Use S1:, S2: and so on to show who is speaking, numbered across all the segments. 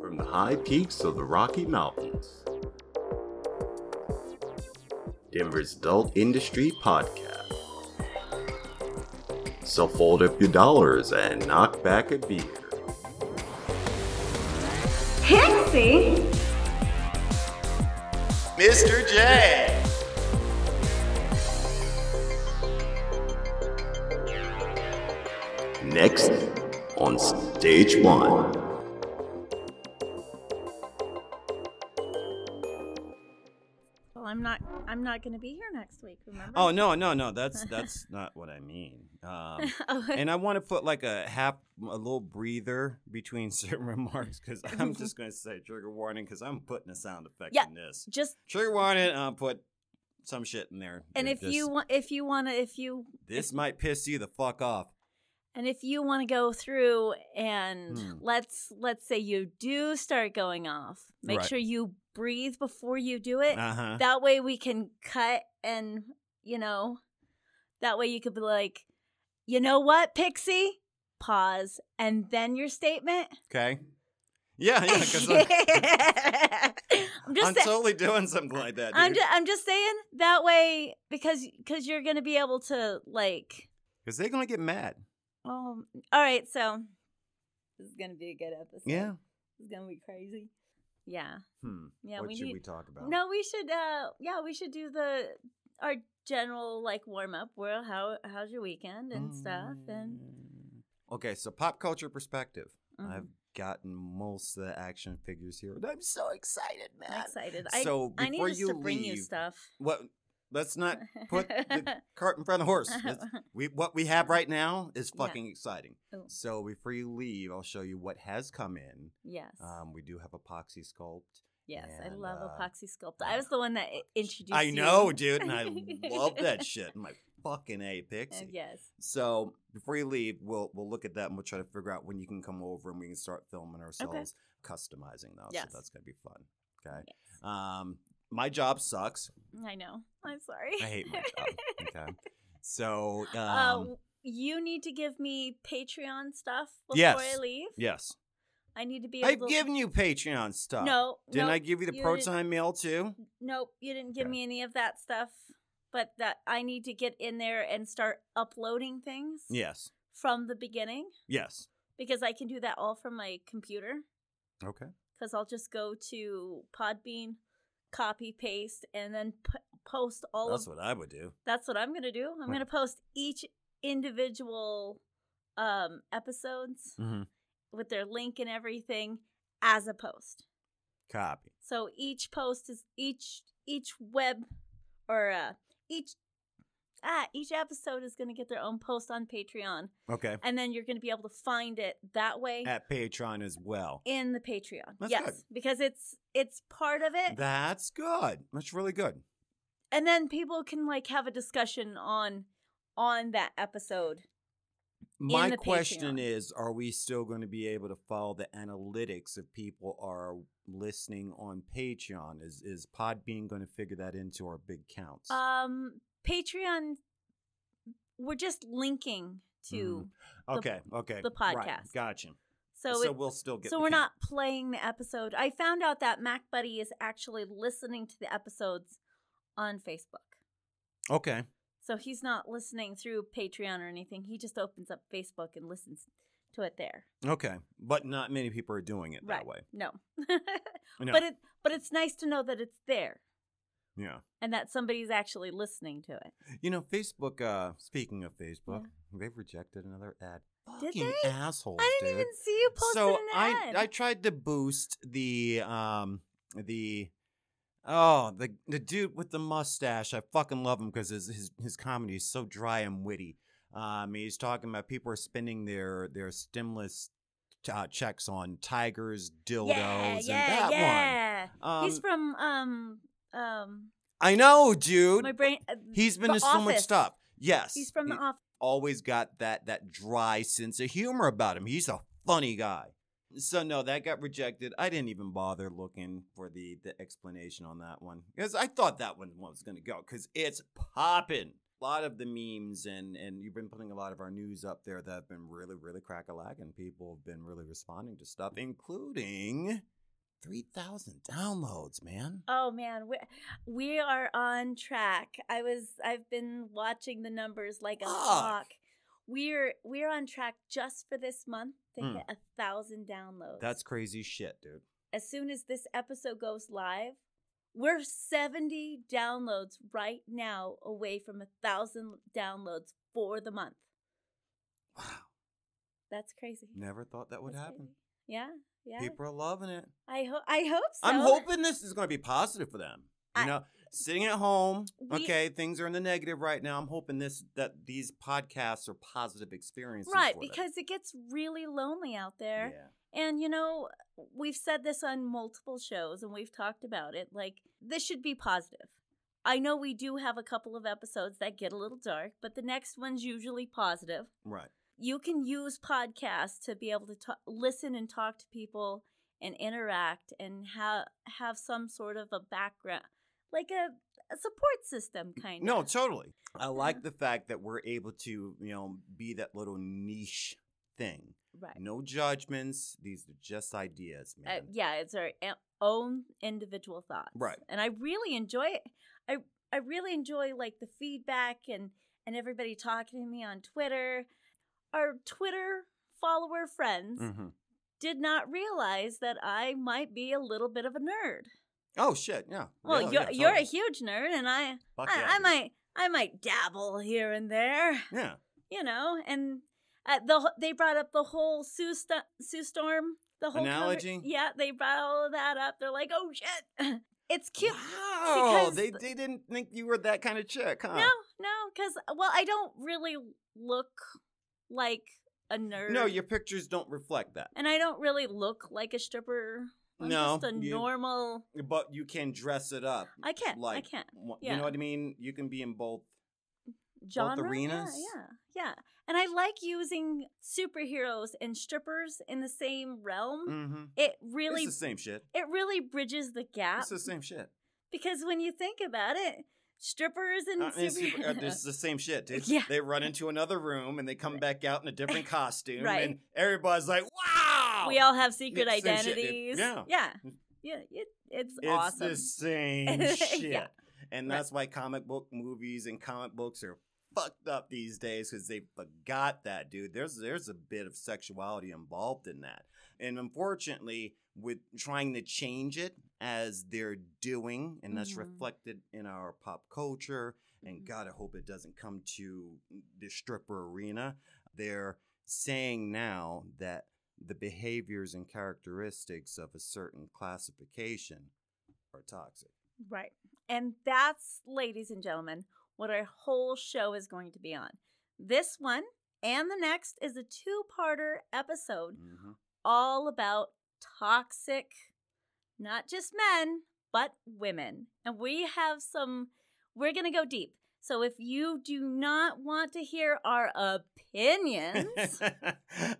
S1: from the high peaks of the Rocky Mountains. Denver's Adult Industry Podcast. So fold up your dollars and knock back a beer.
S2: Hixie?
S3: Mr. J.
S1: Next on stage one.
S4: Well, I'm not. I'm not going to be here next week. Remember?
S5: Oh no, no, no. That's that's not what I mean. Um,
S4: Oh,
S5: and I want to put like a half, a little breather between certain remarks because I'm just going to say trigger warning because I'm putting a sound effect
S4: Yeah.
S5: in this.
S4: just
S5: Trigger warning. I'll put some shit in there.
S4: and
S5: that
S4: if
S5: just-
S4: you want, if you want to, if you
S5: this might piss you the fuck off.
S4: and if you want to go through and
S5: Hmm.
S4: let's let's say you do start going off, make
S5: Right.
S4: sure you breathe before you do it.
S5: Uh huh.
S4: That way we can cut and you know, that way you could be like, you know what, Pixie, pause, and then your statement.
S5: Okay. Yeah, yeah. Because I'm,
S4: I'm just
S5: I'm
S4: saying.
S5: totally doing something like that.
S4: I'm
S5: dude.
S4: just, I'm just saying that way because because you're gonna be able to like
S5: Because they're gonna get mad.
S4: um all right so this is gonna be a good episode
S5: Yeah.
S4: it's gonna be crazy yeah
S5: Hmm.
S4: yeah
S5: what
S4: we
S5: should
S4: need
S5: we talk about?
S4: no we should uh yeah we should do the our general like warm up well how how's your weekend and stuff and
S5: Mm. Okay, so pop culture perspective.
S4: Mhm.
S5: Mm, I've gotten most of the action figures here. and I'm so excited,
S4: I'm
S5: man.
S4: excited
S5: So
S4: I I need
S5: before
S4: us
S5: you
S4: to bring you
S5: leave,
S4: stuff
S5: What? Let's not put the cart in front of the horse. Let's- we what we have right now is
S4: Yeah.
S5: fucking exciting.
S4: Ooh.
S5: So before you leave, I'll show you what has come in.
S4: yes
S5: Um, we do have epoxy sculpt.
S4: yes I
S5: and,
S4: love
S5: uh,
S4: epoxy sculpt I was the one that i- introduced
S5: I
S4: you.
S5: know, dude, and I love that shit. My fucking a
S4: Uh,
S5: pixie.
S4: yes
S5: So before you leave, we'll we'll look at that and we'll try to figure out when you can come over and we can start filming ourselves, customizing those.
S4: Yes.
S5: So that's gonna be fun. Okay. Um, my job sucks.
S4: I know. I'm sorry.
S5: I hate my job. Okay. So um,
S4: Uh, w- you need to give me Patreon stuff before
S5: Yes.
S4: I leave.
S5: yes,
S4: I need to be able
S5: I've given you Patreon stuff.
S4: No.
S5: Didn't
S4: nope,
S5: I give you the
S4: you
S5: pro
S4: didn't-
S5: time mail too?
S4: Nope, you didn't give
S5: Okay.
S4: me any of that stuff. But that I need to get in there and start uploading things
S5: Yes.
S4: from the beginning
S5: Yes.
S4: because I can do that all from my computer
S5: Okay.
S4: because I'll just go to Podbean, copy paste, and then p- post all
S5: That's
S4: of
S5: what I would do.
S4: That's what I'm gonna do. I'm
S5: Right.
S4: gonna post each individual um episodes
S5: Mm-hmm.
S4: with their link and everything as a post.
S5: Copy.
S4: So each post is each each web or uh each ah each episode is gonna get their own post on Patreon,
S5: Okay.
S4: and then you're gonna be able to find it that way
S5: At Patreon as well.
S4: in the Patreon.
S5: That's
S4: yes, because it's it's part of it,
S5: That's good. That's really good.
S4: and then people can like have a discussion on on that episode.
S5: My
S4: the
S5: question
S4: Patreon.
S5: is Are we still going to be able to follow the analytics if people are listening on Patreon? Is, is Podbean going to figure that into our big counts?
S4: Um, Patreon, we're just linking to, the-
S5: okay, okay.
S4: the
S5: right,
S4: podcast.
S5: gotcha.
S4: so
S5: Hmm. So
S4: it-
S5: we'll still get
S4: so
S5: the
S4: we're
S5: count.
S4: not playing the episode. I found out that Mac Buddy is actually listening to the episodes on Facebook.
S5: Okay.
S4: So he's not listening through Patreon or anything. He just opens up Facebook and listens to it there.
S5: Okay. But not many people are doing it
S4: right.
S5: that way.
S4: No.
S5: No.
S4: But it but it's nice to know that it's there
S5: yeah.
S4: and that somebody's actually listening to it.
S5: You know, Facebook, uh, speaking of Facebook, they've rejected another ad.
S4: Did
S5: Fucking
S4: they?
S5: assholes,
S4: I
S5: dude.
S4: didn't even see you posted
S5: so
S4: an
S5: I
S4: ad.
S5: I tried to boost the um the oh the the dude with the mustache. I fucking love him because his, his his comedy is so dry and witty. Um, he's talking about people are spending their their stimulus uh, checks on tigers, dildos,
S4: yeah,
S5: and
S4: yeah,
S5: that one.
S4: yeah.
S5: Um,
S4: He's from um um
S5: I know, dude.
S4: my brain. uh,
S5: he's been
S4: The
S5: to so much
S4: Office.
S5: stuff. Yes,
S4: He's from the
S5: He
S4: office.
S5: always got that that dry sense of humor about him. He's a funny guy. So no, that got rejected. I didn't even bother looking for the the explanation on that one because I thought that one was going to go because it's popping. A lot of the memes and and you've been putting a lot of our news up there that have been really really crack a lack and people have been really responding to stuff, including 3,000 downloads, man.
S4: Oh man, we we are on track. I was I've been watching the numbers like a
S5: Fuck.
S4: hawk. We're we're on track just for this month to
S5: Mm.
S4: hit a thousand downloads.
S5: That's crazy shit, dude.
S4: as soon as this episode goes live, we're seventy downloads right now away from a thousand downloads for the month.
S5: Wow.
S4: That's crazy.
S5: Never thought that would
S4: That's
S5: happen.
S4: crazy. Yeah, yeah.
S5: People are loving it.
S4: I hope I hope so.
S5: I'm hoping this is going to be positive for them. You
S4: I-
S5: know, sitting at home,
S4: We-
S5: okay, things are in the negative right now. I'm hoping this that these podcasts are positive experiences.
S4: right
S5: for them.
S4: because it gets really lonely out there.
S5: Yeah.
S4: And you know, we've said this on multiple shows and we've talked about it. Like, this should be positive. I know we do have a couple of episodes that get a little dark, but the next one's usually positive.
S5: Right.
S4: You can use podcasts to be able to ta- listen and talk to people and interact and ha- have some sort of a background, like a, a support system, kind
S5: No,
S4: of.
S5: totally. I
S4: Mm-hmm.
S5: like the fact that we're able to, you know, be that little niche thing.
S4: Right.
S5: No judgments. These are just ideas, man.
S4: uh, yeah, it's our a- own individual thoughts.
S5: Right.
S4: And I really enjoy it. I I really enjoy like the feedback and and everybody talking to me on Twitter. Our Twitter follower friends
S5: Mm-hmm.
S4: did not realize that I might be a little bit of a nerd.
S5: Oh shit! Yeah.
S4: Well,
S5: Yeah,
S4: you're
S5: yeah,
S4: you're a
S5: totally.
S4: huge nerd, and I
S5: Fuck
S4: I,
S5: yeah,
S4: I
S5: dude.
S4: might I might dabble here and there,
S5: Yeah.
S4: you know. And uh, the wh- they brought up the whole Sue, Sto- Sue Storm the whole conver-
S5: Analogy?
S4: yeah, they brought all of that up. They're like, oh shit, it's cute.
S5: Wow.
S4: because
S5: They,
S4: th-
S5: they didn't think you were that kind of chick, huh?
S4: No, no, because well, I don't really look like a nerd.
S5: No, your pictures don't reflect that.
S4: and I don't really look like a stripper. I'm
S5: No,
S4: just a
S5: you-
S4: normal.
S5: But you can dress it up.
S4: I can't. I
S5: like,
S4: can't.
S5: wha-
S4: yeah.
S5: You know what I mean? You can be in both.
S4: Genre.
S5: arenas?
S4: Yeah, yeah, yeah. And I like using superheroes and strippers in the same realm.
S5: Mm-hmm.
S4: It really, Uh,
S5: It's the same shit.
S4: it really bridges the gap
S5: It's the same shit.
S4: because when you think about it, strippers and
S5: Uh, it's,
S4: super-
S5: uh, it's the same shit, dude.
S4: Yeah.
S5: They run into another room and they come back out in a different costume,
S4: Right.
S5: and everybody's like, "Wow!"
S4: we all have secret
S5: Yeah, same shit, dude.
S4: identities.
S5: Yeah. Mm.
S4: yeah, yeah. It, it's,
S5: it's
S4: awesome.
S5: the same
S4: Yeah.
S5: shit, and
S4: Right.
S5: that's why comic book movies and comic books are fucked up these days because they forgot that, dude. There's there's a bit of sexuality involved in that, and unfortunately, with trying to change it as they're doing, and that's
S4: Mhm.
S5: reflected in our pop culture. and
S4: Mhm.
S5: God, I hope it doesn't come to the stripper arena. They're saying now that the behaviors and characteristics of a certain classification are toxic.
S4: Right. And that's, ladies and gentlemen, what our whole show is going to be on. This one and the next is a two parter episode
S5: Mm-hmm.
S4: all about toxic, not just men, but women. And we have some, we're going to go deep. So if you do not want to hear our opinions,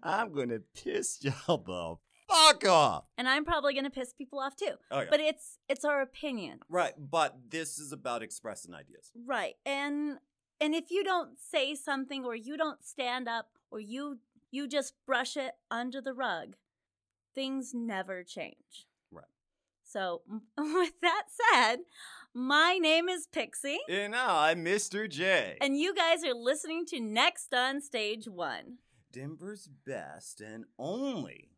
S5: I'm gonna piss y'all the fuck off.
S4: and I'm probably going to piss people off too,
S5: Oh, yeah.
S4: but it's it's our opinion.
S5: right, but this is about expressing ideas.
S4: Right. And and if you don't say something or you don't stand up or you you just brush it under the rug, things never change.
S5: Right.
S4: So, m- with that said, my name is Pixie
S5: And I'm Mr. J.
S4: and you guys are listening to Next on Stage 1,
S5: Denver's best and only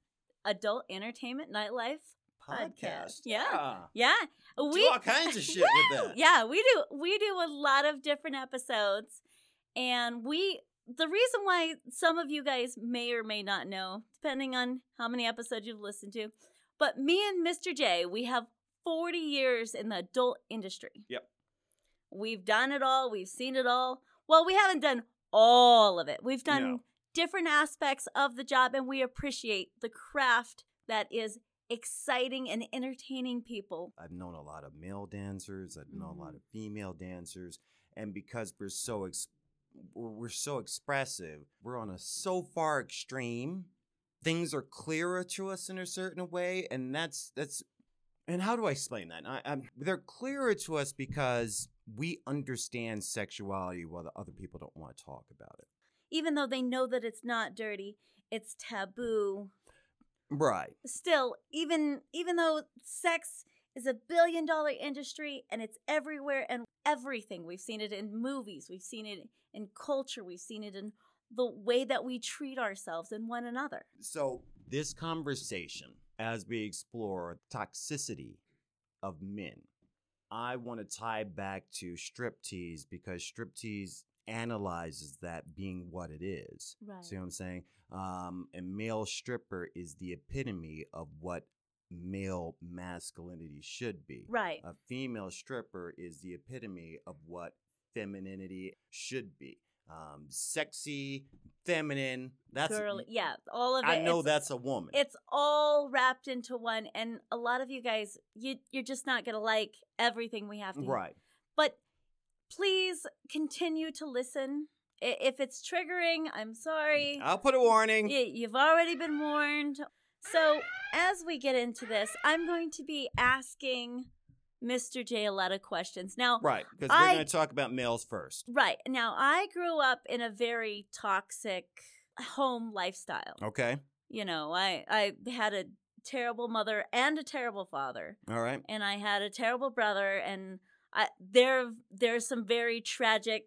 S4: Adult Entertainment Nightlife.
S5: podcast. Ah,
S4: Podcast. Yeah. Yeah.
S5: do all kinds of shit with that.
S4: Yeah, we do we do a lot of different episodes and we the reason why some of you guys may or may not know, depending on how many episodes you've listened to, but me and Mr. J, we have 40 years in the adult industry.
S5: Yep.
S4: We've done it all, we've seen it all. Well, we haven't done all of it. We've done
S5: No.
S4: different aspects of the job and we appreciate the craft that is exciting and entertaining people
S5: I've known a lot of male dancers. I've known a lot
S4: Mhm.
S5: of female dancers, and because we're so ex- we're, we're so expressive, we're on a so far extreme. Things are clearer to us in a certain way, and that's that's. And how do I explain that? I, I'm, they're clearer to us because we understand sexuality, while the other people don't want to talk about it.
S4: even though they know that it's not dirty, it's taboo.
S5: Right.
S4: still even even though sex is a billion dollar industry and it's everywhere and everything we've seen it in movies we've seen it in culture we've seen it in the way that we treat ourselves and one another
S5: So, this conversation, as we explore toxicity of men, I want to tie back to striptease because striptease analyzes that being what it is.
S4: Right.
S5: See what I'm saying? Um, a male stripper is the epitome of what male masculinity should be.
S4: right
S5: A female stripper is the epitome of what femininity should be. Um, sexy, feminine. That's
S4: girl yeah all of it
S5: I know
S4: it's,
S5: that's a woman.
S4: it's all wrapped into one and a lot of you guys you you're just not gonna like everything we have to hear.
S5: right.
S4: but please continue to listen I- if it's triggering i'm sorry
S5: I'll put a warning.
S4: Y- You've already been warned. So, as we get into this, I'm going to be asking Mr. J a lot of questions. Now,
S5: Right, because
S4: I-
S5: we're going to talk about males first.
S4: right now, I grew up in a very toxic home lifestyle.
S5: Okay.
S4: You know, I, I had a terrible mother and a terrible father,
S5: All right.
S4: and I had a terrible brother, and I, there there's some very tragic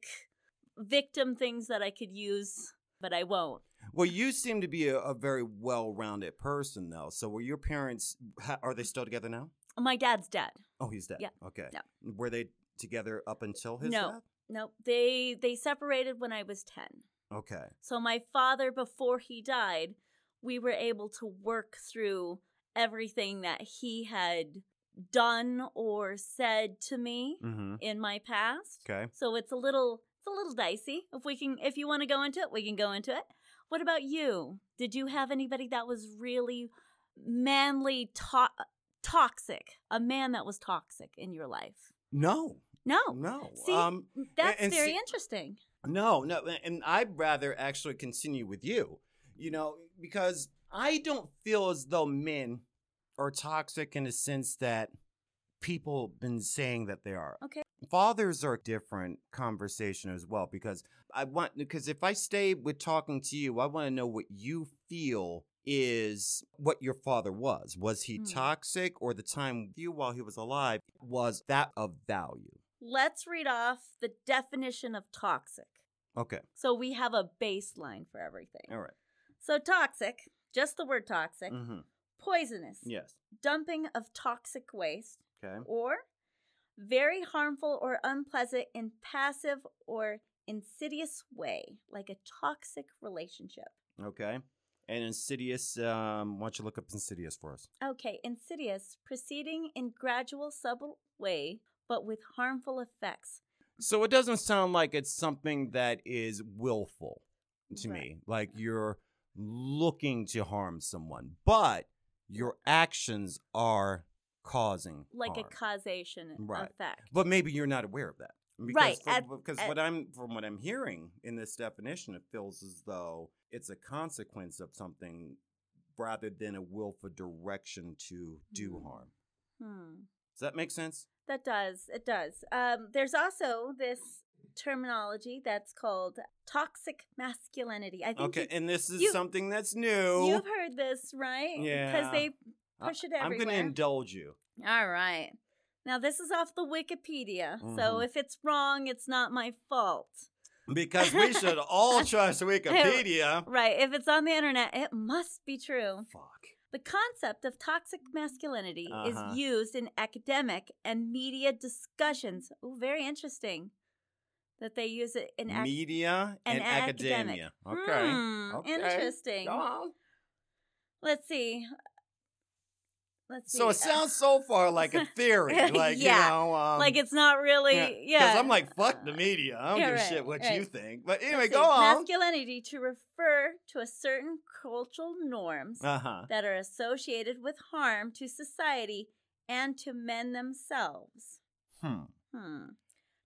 S4: victim things that I could use, but I won't.
S5: Well, you seem to be a, a very well-rounded person, though. So, were your parents? Ha- are they still together now?
S4: My dad's dead.
S5: Oh, he's dead.
S4: Yeah.
S5: Okay.
S4: Yeah.
S5: Were they together up until his
S4: No. Nope. They they separated when I was 10.
S5: death? Okay.
S4: So my father before he died, we were able to work through everything that he had done or said to me
S5: Mm-hmm.
S4: in my past.
S5: Okay.
S4: So it's a little it's a little dicey. If we can if you want to go into it, we can go into it. What about you? Did you have anybody that was really manly to- toxic? A man that was toxic in your life?
S5: No.
S4: No.
S5: No.
S4: See,
S5: um.
S4: That's
S5: and
S4: very
S5: see-
S4: interesting.
S5: No. No. And I'd rather actually continue with you. You know, because I don't feel as though men are toxic in the sense that people been saying that they are.
S4: Okay.
S5: fathers are a different conversation as well because I want because if I stay with talking to you, I want to know what you feel is what your father was. Was he
S4: Hmm.
S5: toxic or the time with you while he was alive was that of value?
S4: Let's read off the definition of toxic.
S5: Okay.
S4: So we have a baseline for everything.
S5: All right.
S4: So toxic, just the word toxic,
S5: Mhm.
S4: poisonous,
S5: Yes.
S4: dumping of toxic waste,
S5: Okay.
S4: or very harmful or unpleasant in passive or insidious way, like a toxic relationship.
S5: Okay. And insidious um why don't you look up insidious for us?
S4: Okay, insidious, proceeding in gradual, subtle way, but with harmful effects.
S5: So it doesn't sound like it's something that is willful to
S4: Right.
S5: me. Like you're looking to harm someone, but your actions are causing
S4: Like
S5: harm.
S4: a causation
S5: Right.
S4: effect.
S5: But maybe you're not aware of that.
S4: Right,
S5: for-
S4: at-
S5: because
S4: at-
S5: what I'm from what I'm hearing in this definition, it feels as though it's a consequence of something rather than a willful direction to do
S4: Hmm.
S5: harm.
S4: Hmm.
S5: Does that make sense?
S4: That does. It does. Um, there's also this terminology that's called toxic masculinity. I think
S5: Okay, and this is
S4: you-
S5: something that's
S4: you,
S5: new.
S4: you've heard this, right? Because
S5: Yeah.
S4: they.
S5: I-
S4: push it
S5: I'm going to
S4: everywhere.
S5: indulge you.
S4: All right. Now this is off the Wikipedia, so
S5: Mhm.
S4: if it's wrong, it's not my fault.
S5: Because we should all trust Wikipedia.
S4: Right. If it's on the internet, it must be true.
S5: Fuck.
S4: The concept of toxic masculinity
S5: Uh-huh.
S4: is used in academic and media discussions. Oh, very interesting that they use it in academic.
S5: Media and,
S4: and
S5: academia. Okay.
S4: Hmm,
S5: Okay.
S4: Interesting.
S5: Go on.
S4: Let's see. Let's see.
S5: So
S4: Uh,
S5: it sounds so far like a theory. Like,
S4: Yeah.
S5: you know, um,
S4: like it's not really. Yeah. Uh,
S5: Because I'm like, fuck the media. I don't
S4: yeah,
S5: give a
S4: right,
S5: shit what you
S4: right.
S5: think. But
S4: Let's
S5: anyway,
S4: see.
S5: go on.
S4: Masculinity to refer to a certain cultural norms
S5: Uh huh.
S4: that are associated with harm to society and to men themselves.
S5: Hmm.
S4: Hmm.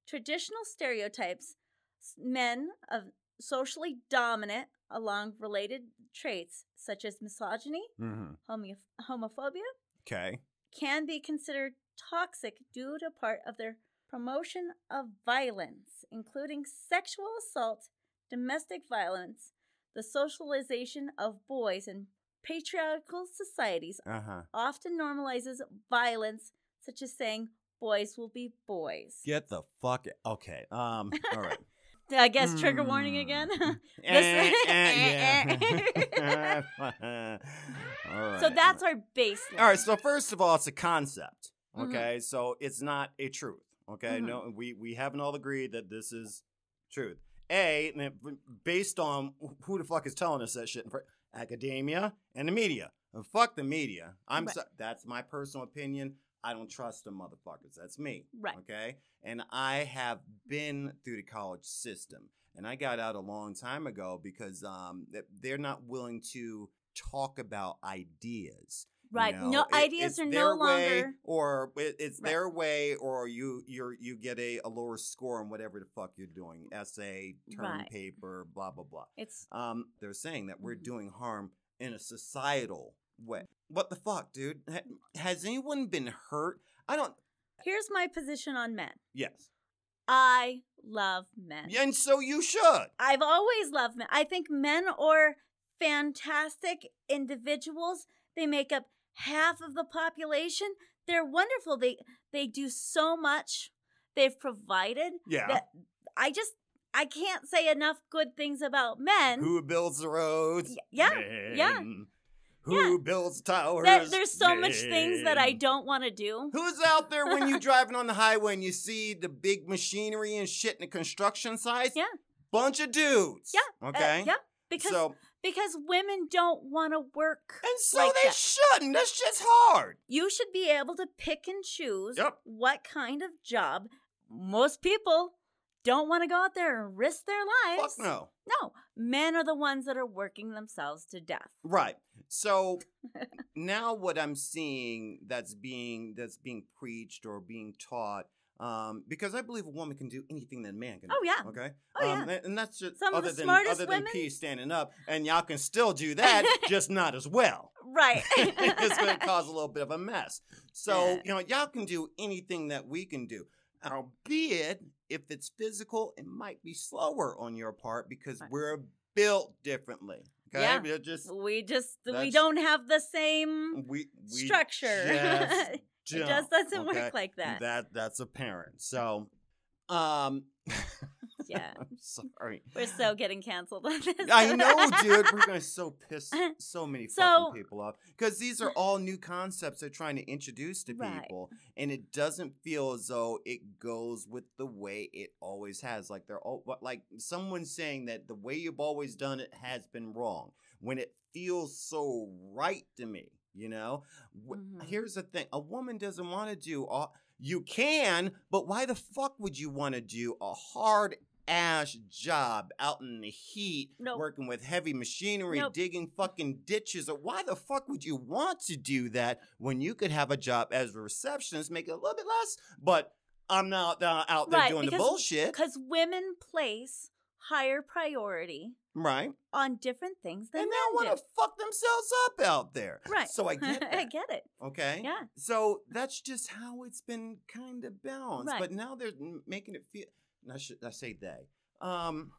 S4: Traditional stereotypes, s- men of socially dominant along related traits such as misogyny,
S5: Mm-hmm.
S4: homo- homophobia,
S5: Okay.
S4: can be considered toxic due to part of their promotion of violence, including sexual assault, domestic violence, the socialization of boys, and patriarchal societies
S5: Uh huh.
S4: often normalizes violence, such as saying boys will be boys.
S5: Get the fuck. Okay. Um. All right.
S4: I guess trigger warning
S5: Mm.
S4: again.
S5: Eh,
S4: eh,
S5: eh, yeah. all right.
S4: So that's our baseline.
S5: All right. So first of all, it's a concept.
S4: Mhm.
S5: Okay. So it's not a truth. Okay.
S4: Mhm.
S5: No, we we haven't all agreed that this is truth. A and it- based on who the fuck is telling us that shit? Academia and the media. And fuck the media. I'm
S4: Right.
S5: so, that's my personal opinion. I don't trust them motherfuckers. That's me.
S4: Right.
S5: Okay. And I have been through the college system. And I got out a long time ago because um, th- they're not willing to talk about ideas. you
S4: Right.
S5: know?
S4: No
S5: It-
S4: ideas
S5: it's
S4: are no
S5: their way,
S4: longer
S5: or it, it's
S4: Right.
S5: their way, or you you you get a, a lower score on whatever the fuck you're doing, essay, term
S4: Right.
S5: paper, blah blah blah.
S4: it's
S5: Um, they're saying that we're
S4: Mhm.
S5: doing harm in a societal way. What the fuck, dude? Ha- has anyone been hurt? I don't.
S4: here's my position on men.
S5: Yes.
S4: I love men.
S5: And so you should.
S4: I've always loved men. I think men are fantastic individuals. They make up half of the population. They're wonderful. They they do so much. They've provided.
S5: Yeah.
S4: That- I just I can't say enough good things about men.
S5: Who builds the roads?
S4: Y- yeah, yeah.
S5: Men. Who builds towers?
S4: There- there's so much things that I
S5: Men.
S4: don't want to do.
S5: Who's out there when you're driving on the highway and you see the big machinery and shit in the construction sites?
S4: Yeah.
S5: Bunch of dudes.
S4: Yeah, Uh,
S5: Okay.
S4: yeah. Because
S5: so
S4: because women don't want to work.
S5: and so
S4: like uh
S5: they
S4: that.
S5: shouldn't. That shit's hard.
S4: you should be able to pick and choose
S5: Yep.
S4: what kind of job most people don't want to go out there and risk their lives.
S5: Fuck no.
S4: No, men are the ones that are working themselves to death.
S5: Right. So now what I'm seeing that's being that's being preached or being taught, um, because I believe a woman can do anything that a man can.
S4: Oh,
S5: do,
S4: yeah.
S5: Okay.
S4: Oh,
S5: um, And, and that's just
S4: Some of
S5: other
S4: the
S5: than
S4: smartest
S5: other than
S4: women-
S5: pee standing up, and y'all can still do that, just not as well.
S4: Right.
S5: it's going to cause a little bit of a mess. So you know, y'all can do anything that we can do, albeit if it's physical, it might be slower on your part because
S4: Right.
S5: we're built differently. Okay,
S4: Yeah.
S5: we're just
S4: we just we
S5: That's-
S4: don't have the same
S5: we, we
S4: structure.
S5: Just
S4: it
S5: don't,
S4: just doesn't
S5: okay?
S4: work like that.
S5: That that's apparent. So, um,
S4: Yeah.
S5: I'm sorry.
S4: We're so getting canceled on this.
S5: I know, dude. We're gonna so piss so many
S4: So-
S5: fucking people off because these are all new concepts they're trying to introduce to
S4: Right.
S5: people, and it doesn't feel as though it goes with the way it always has. Like they're all but like someone saying that the way you've always done it has been wrong when it feels so right to me. You know, W-
S4: Mhm.
S5: here's the thing: a woman doesn't want to do all. You can, but why the fuck would you want to do a hard ass job out in the heat,
S4: Nope.
S5: working with heavy machinery,
S4: Nope.
S5: digging fucking ditches. Or why the fuck would you want to do that when you could have a job as a receptionist, make it a little bit less? But I'm not uh, out there
S4: Right,
S5: doing the
S4: because-
S5: bullshit,
S4: Because women place higher priority
S5: right?
S4: on different things than
S5: and they
S4: men
S5: want
S4: do.
S5: to fuck themselves up out there,
S4: Right.
S5: So I get
S4: I
S5: that.
S4: get it.
S5: Okay.
S4: Yeah.
S5: So that's just how it's been kind of balanced.
S4: Right.
S5: But now they're m- making it feel. I should I say they. Um,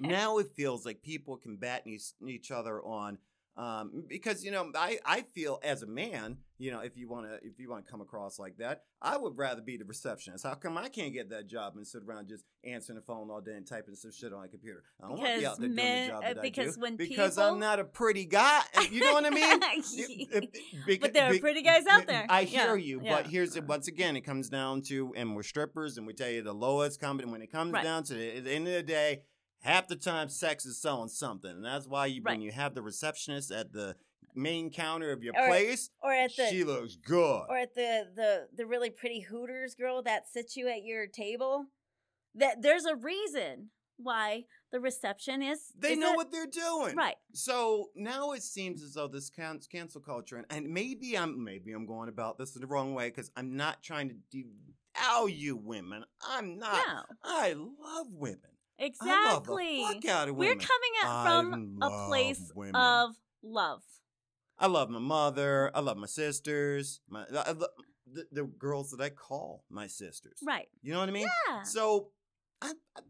S5: now it feels like people combating each, each other on um, because you know I, I feel as a man you know if you want to if you want to come across like that I would rather be the receptionist how come I can't get that job and sit around just answering the phone all day and typing some shit on a computer I don't want to be
S4: Because
S5: out there doing
S4: men-
S5: the job
S4: uh,
S5: that I
S4: because
S5: do
S4: when
S5: because
S4: people-
S5: I'm not a pretty guy you know what I mean Y- uh, bec-
S4: But there are
S5: bec-
S4: pretty guys out there.
S5: I
S4: Yeah,
S5: hear you, but
S4: yeah.
S5: here's once again, it comes down to, and we're strippers, and we tell you the lowest common. When it comes
S4: Right.
S5: down to the, at the end of the day, half the time, sex is selling something, and that's why you, when
S4: Right.
S5: you have the receptionist at the main counter of your
S4: Or
S5: place,
S4: or at the
S5: she looks good.
S4: or at the the the really pretty Hooters girl that sits you at your table. That there's a reason why the reception is.
S5: they
S4: is
S5: know
S4: that-
S5: what they're doing,
S4: Right.
S5: So now it seems as though this can- cancel culture, and, and maybe I'm maybe I'm going about this the wrong way because I'm not trying to devalue women. I'm not.
S4: Yeah.
S5: I love women.
S4: Exactly.
S5: I love the fuck out of
S4: We're
S5: women.
S4: coming at from
S5: I
S4: a place
S5: love women.
S4: of love.
S5: I love my mother. I love my sisters. My I lo- the, the girls that I call my sisters.
S4: Right.
S5: You know what I mean?
S4: Yeah.
S5: So I, I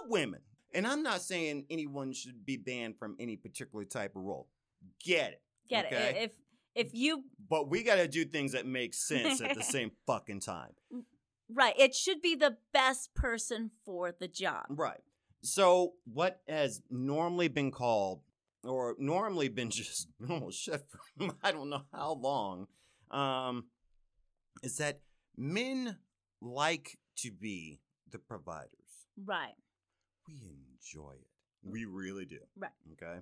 S5: love women, and I'm not saying anyone should be banned from any particular type of role. Get it?
S4: Get
S5: Okay.
S4: it? If if you
S5: But we got to do things that make sense at the same fucking time.
S4: right, it should be the best person for the job.
S5: Right. So, what has normally been called, or normally been just normal shit for I don't know how long, um, is that men like to be the providers.
S4: Right.
S5: We enjoy it. We really do.
S4: Mm. Right.
S5: Okay.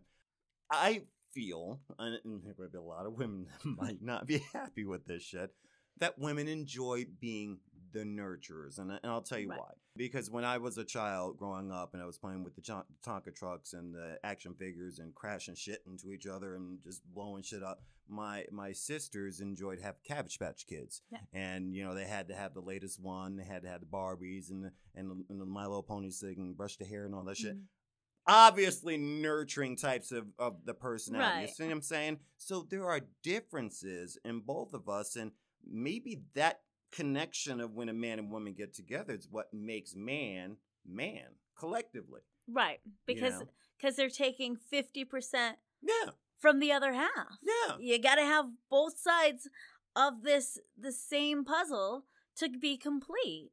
S5: I feel, and and there might be a lot of women that might not be happy with this shit, that women enjoy being the nurturers. And, I- and I'll tell you
S4: Right.
S5: why. Because when I was a child growing up and I was playing with the Jon- Tonka trucks and the action figures and crashing shit into each other and just blowing shit up, my my sisters enjoyed have Cabbage Patch Kids.
S4: Yeah.
S5: And, you know, they had to have the latest one. They had to have the Barbies and the, and the, and the My Little Ponies so they can brush the hair and all that
S4: Mm-hmm.
S5: shit obviously nurturing types of, of the personality. You
S4: Right.
S5: see what I'm saying? So there are differences in both of us, and maybe that connection of when a man and woman get together is what makes man man collectively.
S4: Right. Because
S5: know.
S4: because they're taking 50%
S5: Yeah,
S4: from the other half.
S5: yeah,
S4: You got to have both sides of this the same puzzle to be complete.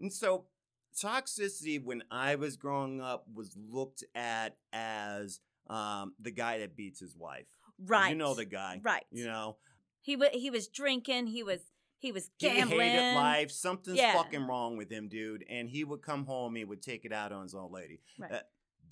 S5: and so toxicity when I was growing up was looked at as um, the guy that beats his wife.
S4: Right.
S5: you know the guy.
S4: Right.
S5: You know,
S4: He wa he was drinking, he was he was gambling.
S5: He hated life. Something's
S4: Yeah.
S5: fucking wrong with him, dude. And he would come home. He would take it out on his own lady.
S4: Right.
S5: Uh,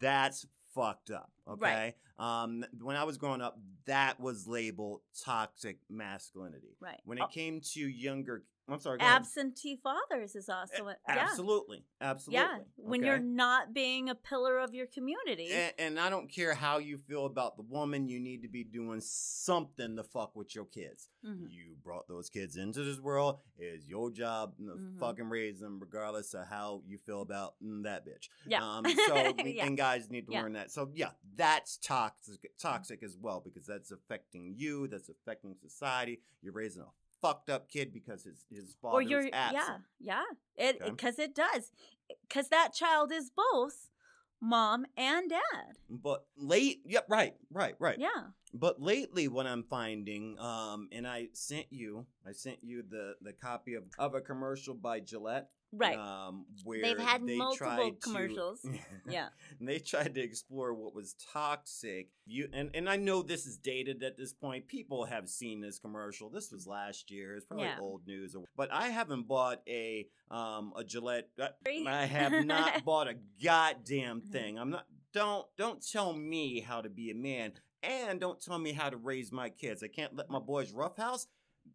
S5: that's fucked up. Okay.
S4: Right.
S5: Um, when I was growing up, that was labeled toxic masculinity.
S4: Right.
S5: When it came to younger, I'm sorry. go ahead.
S4: Absentee fathers is also a, yeah.
S5: Absolutely. Absolutely.
S4: Yeah, when you're
S5: okay? Eh,
S4: not being a pillar of your community.
S5: And, and I don't care how you feel about the woman, you need to be doing something to fuck with your kids.
S4: Mhm.
S5: You brought those kids into this world. It's your job to
S4: Mhm.
S5: fucking raise them, regardless of how you feel about mm, that bitch.
S4: Yeah.
S5: Um, so
S4: Yeah.
S5: and guys need to
S4: Yeah. Mm-hmm.
S5: learn that. So yeah, that's toxic, toxic as well because that's affecting you. That's affecting society. You're raising a fucked up kid because his his father
S4: or you're
S5: is absent.
S4: yeah, yeah. It
S5: Okay.
S4: because it does. Cuz that child is both mom and dad.
S5: But late. Yep. Right. Right. Right.
S4: Yeah.
S5: But lately, what I'm finding, um, and I sent you, I sent you the the copy of of a commercial by Gillette,
S4: Right.
S5: Um, where
S4: They've had
S5: they
S4: multiple
S5: tried to-
S4: commercials. yeah.
S5: they tried to explore what was toxic. You and and I know this is dated at this point. People have seen this commercial. This was last year. It's probably
S4: Yeah.
S5: old news. Or, but I haven't bought a um a Gillette. I-
S4: Free? Mm-hmm.
S5: I have not bought a goddamn thing. I'm not. Don't don't tell me how to be a man, and don't tell me how to raise my kids. I can't let my boys roughhouse.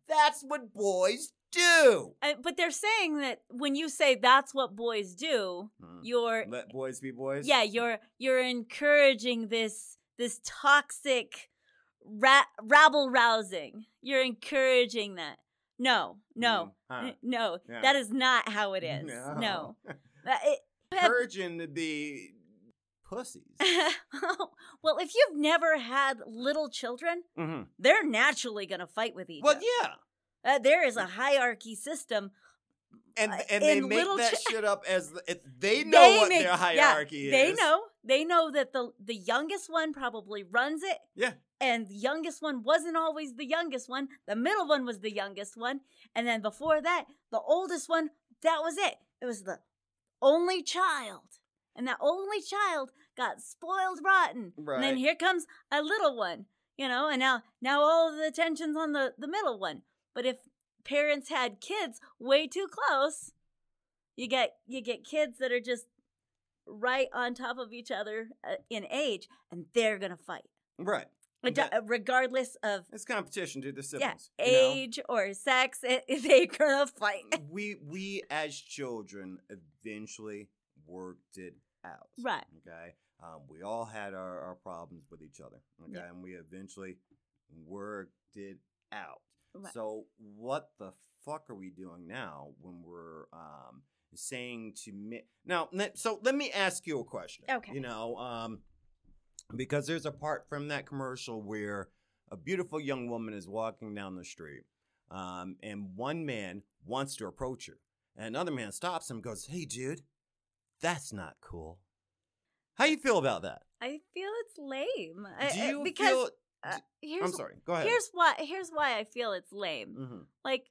S5: That's what boys do.
S4: Uh, but they're saying that when you say that's what boys do,
S5: Mm.
S4: you're
S5: Let boys be boys.
S4: yeah, you're you're encouraging this this toxic ra- rabble rousing. You're encouraging that. No, no,
S5: Mm, huh.
S4: n- no.
S5: Yeah.
S4: That is not how it is. No. Uh, it-
S5: Virgin to be pussies.
S4: well, if you've never had little children,
S5: mm-hmm.
S4: they're naturally going to fight with each
S5: Well,
S4: other.
S5: yeah,
S4: Uh, there is a hierarchy system.
S5: and
S4: Uh,
S5: and they
S4: in
S5: make
S4: little
S5: that
S4: chi-
S5: shit up as the- it, they know what
S4: make-
S5: their
S4: yeah,
S5: hierarchy is.
S4: They know. They know that the the youngest one probably runs it.
S5: Yeah.
S4: And the youngest one wasn't always the youngest one. The middle one was the youngest one, and then before that, the oldest one. That was it. It was the only child, and that only child got spoiled rotten. And
S5: Right.
S4: then here comes a little one, you know, and now now all of the attention's on the the middle one. But if parents had kids way too close, you get you get kids that are just right on top of each other uh, in age, and they're gonna fight,
S5: right.
S4: It do- uh, regardless of
S5: It's competition to the
S4: yeah,
S5: siblings. you know? Mm.
S4: age or sex. It, they're gonna fight.
S5: we we as children eventually worked it out.
S4: Right.
S5: Okay. Um, we all had our, our problems with each other. Okay.
S4: Yeah.
S5: And we eventually worked it out.
S4: Right.
S5: So what the fuck are we doing now when we're um saying to me now let- so let me ask you a question.
S4: Okay.
S5: You know, um because there's a part from that commercial where a beautiful young woman is walking down the street um, and one man wants to approach her. And another man stops him and goes, Hey, dude, that's not cool. How you feel about that?
S4: I feel it's lame. I-
S5: Do
S4: I-
S5: you
S4: Uh, because
S5: feel
S4: uh, here's,
S5: I'm sorry. Go ahead.
S4: Here's why. Here's why I feel it's lame.
S5: Mhm.
S4: Like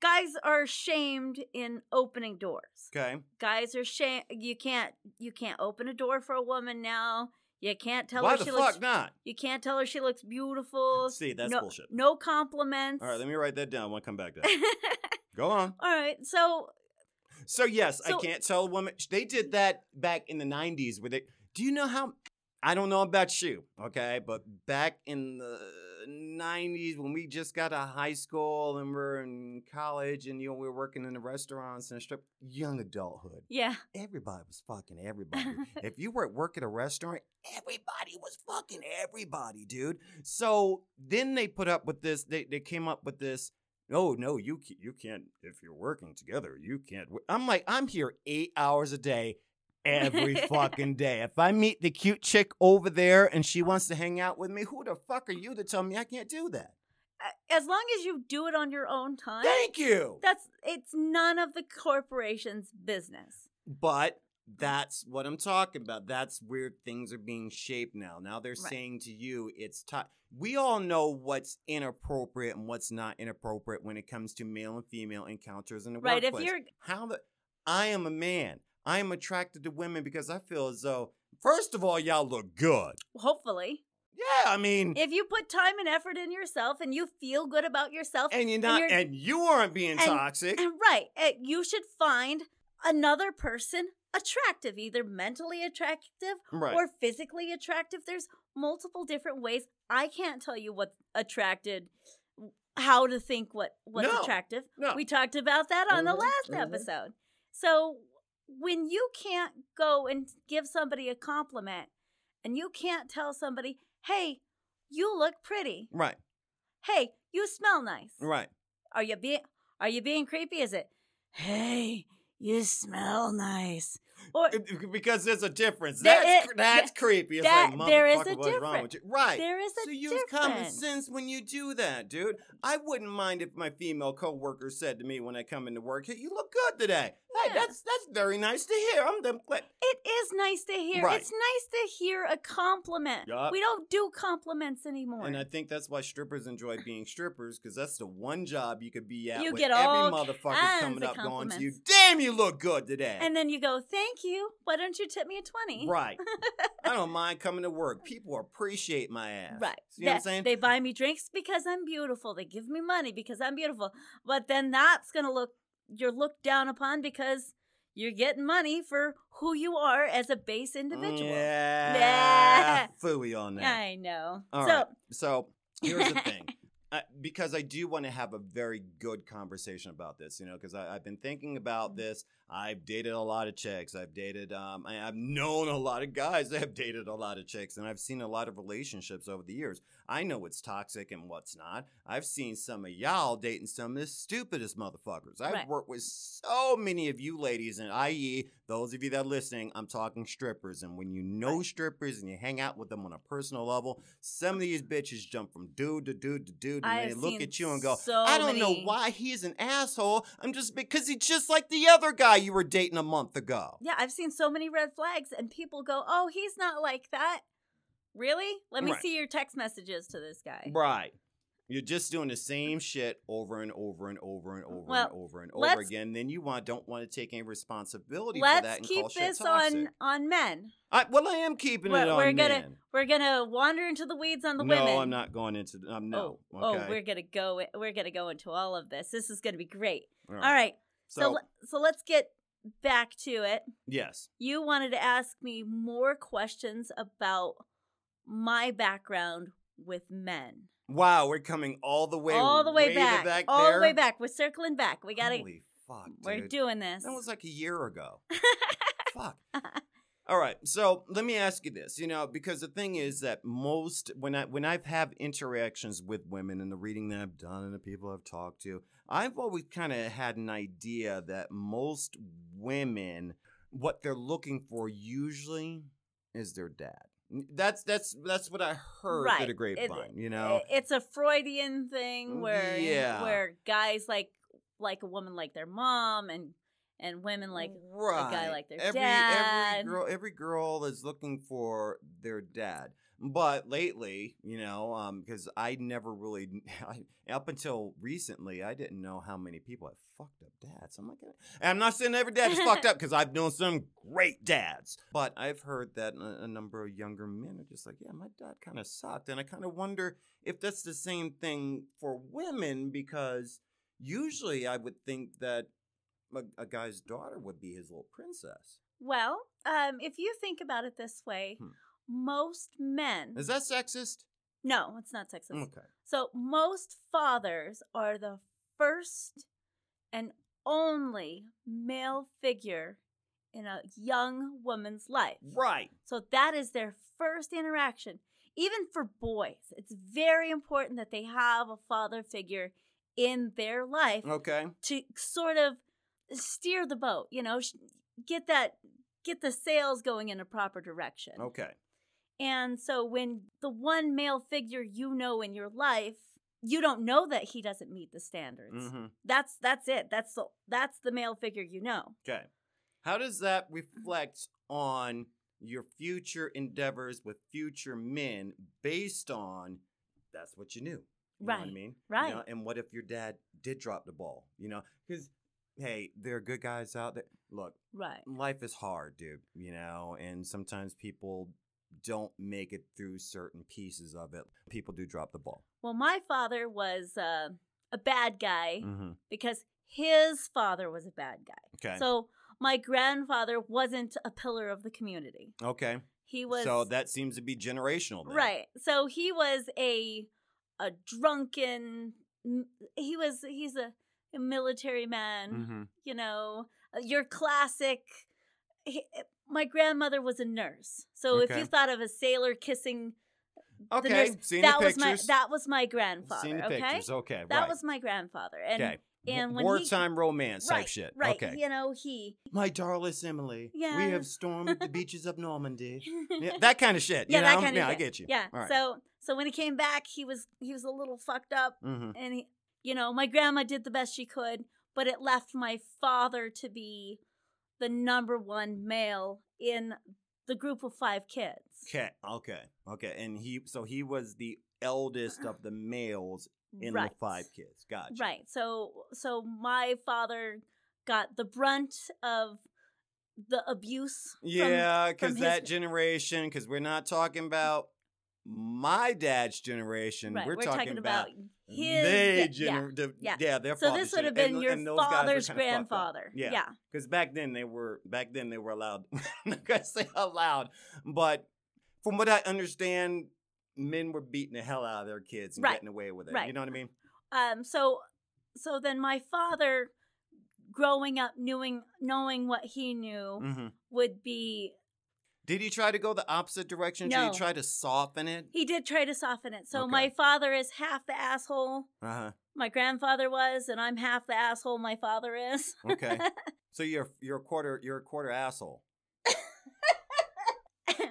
S4: guys are shamed in opening doors.
S5: Okay.
S4: Guys are shamed. You can't. You can't open a door for a woman now. You can't tell
S5: Why
S4: her
S5: the
S4: she
S5: fuck
S4: looks.
S5: not?
S4: You can't tell her she looks beautiful.
S5: See, that's
S4: no,
S5: bullshit.
S4: No compliments.
S5: All right, let me write that down. We'll come back to that. Go on.
S4: All right. So
S5: So yes,
S4: So-
S5: I can't tell women. They did that back in the '90s. Where they, do you know how? I don't know about you, okay, but back in the '90s when we just got out of high school and we're in college and you know we were working in the restaurants and strip, young adulthood.
S4: yeah.
S5: Everybody was fucking everybody. if you were at work at a restaurant, everybody was fucking everybody, dude. So then they put up with this. They they came up with this. No, no, you ca- you can't. If you're working together, you can't. wo-" I'm like, I'm here eight hours a day, every fucking day. If I meet the cute chick over there and she wants to hang out with me, who the fuck are you to tell me I can't do that?
S4: A- As long as you do it on your own time.
S5: Thank you.
S4: That's it's none of the corporation's business.
S5: But
S4: Mm.
S5: that's what I'm talking about. That's where things are being shaped now. Now they're
S4: Right.
S5: saying to you, it's time. We all know what's inappropriate and what's not inappropriate when it comes to male and female encounters in the
S4: Right, if
S5: workplace.
S4: you're-
S5: how the I am a man. I am attracted to women because I feel as though, first of all, y'all look good.
S4: Hopefully,
S5: Yeah, I mean,
S4: if you put time and effort in yourself and you feel good about yourself,
S5: and you're not, and,
S4: you're-
S5: you aren't being
S4: and-
S5: toxic.
S4: right, eh, you should find another person attractive, either mentally attractive
S5: right.
S4: or physically attractive. There's multiple different ways. I can't tell you what's attracted, how to think what what's
S5: No,
S4: attractive.
S5: no.
S4: We talked about that on the
S5: Mhm,
S4: last
S5: mhm.
S4: episode. So when you can't go and give somebody a compliment, and you can't tell somebody, "Hey, you look pretty.
S5: right,
S4: Hey, you smell nice.
S5: right.
S4: Are you being Are you being creepy? Is it, Hey, you smell nice, or
S5: because there's a difference.
S4: There
S5: that's
S4: is-
S5: that's
S4: yeah,
S5: creepy. It's
S4: that-
S5: like,
S4: there is a
S5: motherfucker, what's wrong with you? Right.
S4: there is a
S5: so use
S4: difference.
S5: common sense when you do that, dude. I wouldn't mind if my female coworker said to me when I come into work, "Hey, you look good today." Hey,
S4: Yeah.
S5: that's that's very nice to hear. I'm done. But
S4: It is nice to hear.
S5: Right.
S4: It's nice to hear a compliment.
S5: Yup.
S4: We don't do compliments anymore.
S5: and I think that's why strippers enjoy being strippers because that's the one job you could be at.
S4: You
S5: with
S4: get
S5: every
S4: all
S5: motherfucker
S4: kinds
S5: coming
S4: of
S5: up going to you.
S4: compliments.
S5: Damn, you look good today.
S4: And then you go, "Thank you. Why don't you tip me a 20?"
S5: right. I don't mind coming to work. People appreciate my ass.
S4: Right.
S5: See what I'm
S4: That-
S5: saying?
S4: They buy me drinks because I'm beautiful. They give me money because I'm beautiful. But then that's going to look you're looked down upon because you're getting money for who you are as a base individual.
S5: Yeah.
S4: Yeah.
S5: Fooey on that.
S4: I know.
S5: All
S4: so,
S5: right. So here's the thing. Uh, because I do want to have a very good conversation about this, you know, because I've been thinking
S4: Mm.
S5: about this. I've dated a lot of chicks. I've dated, um, I, I've known a lot of guys that have dated a lot of chicks, and I've seen a lot of relationships over the years. I know what's toxic and what's not. I've seen some of y'all dating some of the stupidest motherfuckers. I've
S4: Right.
S5: worked with so many of you ladies, and i.e., those of you that are listening, I'm talking strippers. And when you know strippers and you hang out with them on a personal level, some of these bitches jump from dude to dude to dude,
S4: I
S5: and they
S4: have
S5: look
S4: seen
S5: at you and go,
S4: so
S5: "I don't know
S4: many-
S5: why he's an asshole. I'm just because he's just like the other guy you were dating a month ago."
S4: yeah, I've seen so many red flags and people go, "Oh, he's not like that." Really? Let me
S5: Right.
S4: see your text messages to this guy.
S5: Right. You're just doing the same shit over and over and over and over
S4: Well,
S5: and over and
S4: let's-
S5: over again. Then you want don't want to take any responsibility for that
S4: Let's
S5: and
S4: keep
S5: call shit
S4: this
S5: toxic.
S4: on on men.
S5: I, well, I am keeping it
S4: We're-
S5: on
S4: we're gonna-
S5: men.
S4: We're gonna wander into the weeds on the
S5: no,
S4: women.
S5: I'm not going into. the- Um, no.
S4: Oh,
S5: okay.
S4: oh, we're gonna go. We're gonna go into all of this. This is gonna be great.
S5: All
S4: All right.
S5: So,
S4: So so, so let's get back to it.
S5: yes,
S4: You wanted to ask me more questions about my background with men.
S5: wow, we're coming all the way,
S4: all the way,
S5: to
S4: back,
S5: back
S4: all
S5: there.
S4: the way back. We're circling back. We gotta.
S5: Holy fuck,
S4: we're
S5: dude.
S4: doing this.
S5: That was like a year ago. Fuck. All right, so let me ask you this, you know, because the thing is that most when I when I've had interactions with women and the reading that I've done and the people I've talked to, I've always kind of had an idea that most women what they're looking for usually is their dad. That's that's that's what I heard
S4: Right.
S5: through
S4: It-
S5: the
S4: eh,
S5: grapevine, you know. Oh,
S4: I- it's a Freudian thing where
S5: Yeah.
S4: where guys like like a woman like their mom and and women like
S5: right.
S4: guy like their
S5: every,
S4: dad.
S5: Every girl, every girl is looking for their dad. But lately, you know, because I never really, I, up until recently, I didn't know how many people have fucked up dads. I'm like, and I'm not saying every dad is fucked up because I've known some great dads. But I've heard that a, a number of younger men are just like, yeah, my dad kind of sucked. And I kind of wonder if that's the same thing for women because usually I would think that a, a guy's daughter would be his little princess.
S4: well um if you think about it this way
S5: Hmm.
S4: most men
S5: Is Hmm. that sexist?
S4: no it's not sexist
S5: Okay.
S4: so most fathers are the first and only male figure in a young woman's life
S5: Right.
S4: So that is their first interaction. Even for boys, it's very important that they have a father figure in their life
S5: Okay.
S4: to sort of steer the boat, you know, sh- get that get the sails going in a proper direction.
S5: Okay.
S4: And so when the one male figure you know in your life, you don't know that he doesn't meet the standards.
S5: Mm-hmm.
S4: That's that's it. That's the that's the male figure you know.
S5: Okay. How does that reflect on your future endeavors with future men based on that's what you knew? You Know what I
S4: Right,
S5: mean? You
S4: right.
S5: know, and what if your dad did drop the ball? You know, because, hey, there are good guys out there. Look,
S4: Right.
S5: life is hard, dude, you know, and sometimes people don't make it through certain pieces of it. People do drop the ball.
S4: Well, my father was uh, a bad guy.
S5: Mm-hmm.
S4: because his father was a bad guy.
S5: Okay.
S4: So my grandfather wasn't a pillar of the community.
S5: okay.
S4: He was
S5: so that seems to be generational. Then.
S4: right. So he was a a drunken. He was he's a, a military man.
S5: Mm-hmm.
S4: You know uh, your classic. He, eh, my grandmother was a nurse, so if
S5: Okay.
S4: you thought of a sailor kissing
S5: Okay.
S4: nurse-
S5: Seen
S4: that
S5: the
S4: was
S5: pictures.
S4: my that was my grandfather.
S5: Seen the
S4: okay,
S5: pictures. Okay.
S4: that
S5: right.
S4: was my grandfather, and
S5: okay.
S4: and
S5: W-
S4: when he-
S5: wartime romance type
S4: right,
S5: shit.
S4: right.
S5: Okay.
S4: You know he
S5: My darless Emily, we
S4: Yeah.
S5: have stormed the beaches of Normandy. Yeah, that kind of shit.
S4: yeah,
S5: you know?
S4: that kind of
S5: yeah, I get you.
S4: Yeah.
S5: All right.
S4: So so when he came back, he was he was a little fucked up,
S5: mm-hmm.
S4: and he, you know my grandma did the best she could, but it left my father to be the number one male in the group of five kids.
S5: Okay. Okay. Okay. And he, so he was the eldest of the males in
S4: right.
S5: the five kids. Gotcha.
S4: Right. So so my father got the brunt of the abuse. from-
S5: Yeah,
S4: from
S5: because
S4: his-
S5: that generation, because we're not talking about my dad's generation.
S4: right,
S5: We're, talking, about,
S4: his
S5: they
S4: yeah,
S5: gener- the-
S4: yeah.
S5: yeah, their
S4: So
S5: father's
S4: this would have
S5: gener-
S4: been
S5: and-
S4: your
S5: and those guys were
S4: father's
S5: kinda fucked up.
S4: grandfather.
S5: Yeah.
S4: yeah.
S5: because back then they were back then they were allowed. I'm not gonna say allowed, but from what I understand, men were beating the hell out of their kids and
S4: Right,
S5: getting away with it. You
S4: right.
S5: know what I mean?
S4: um so so then my father growing up knowing knowing what he knew
S5: hmm
S4: would be
S5: Did he try to go the opposite direction? Did
S4: No.
S5: he try to soften it?
S4: he did try to soften it so
S5: Okay.
S4: my father is half the asshole
S5: Uh huh.
S4: my grandfather was and i'm half the asshole my father is
S5: Okay. so you're you're a quarter you're a quarter asshole.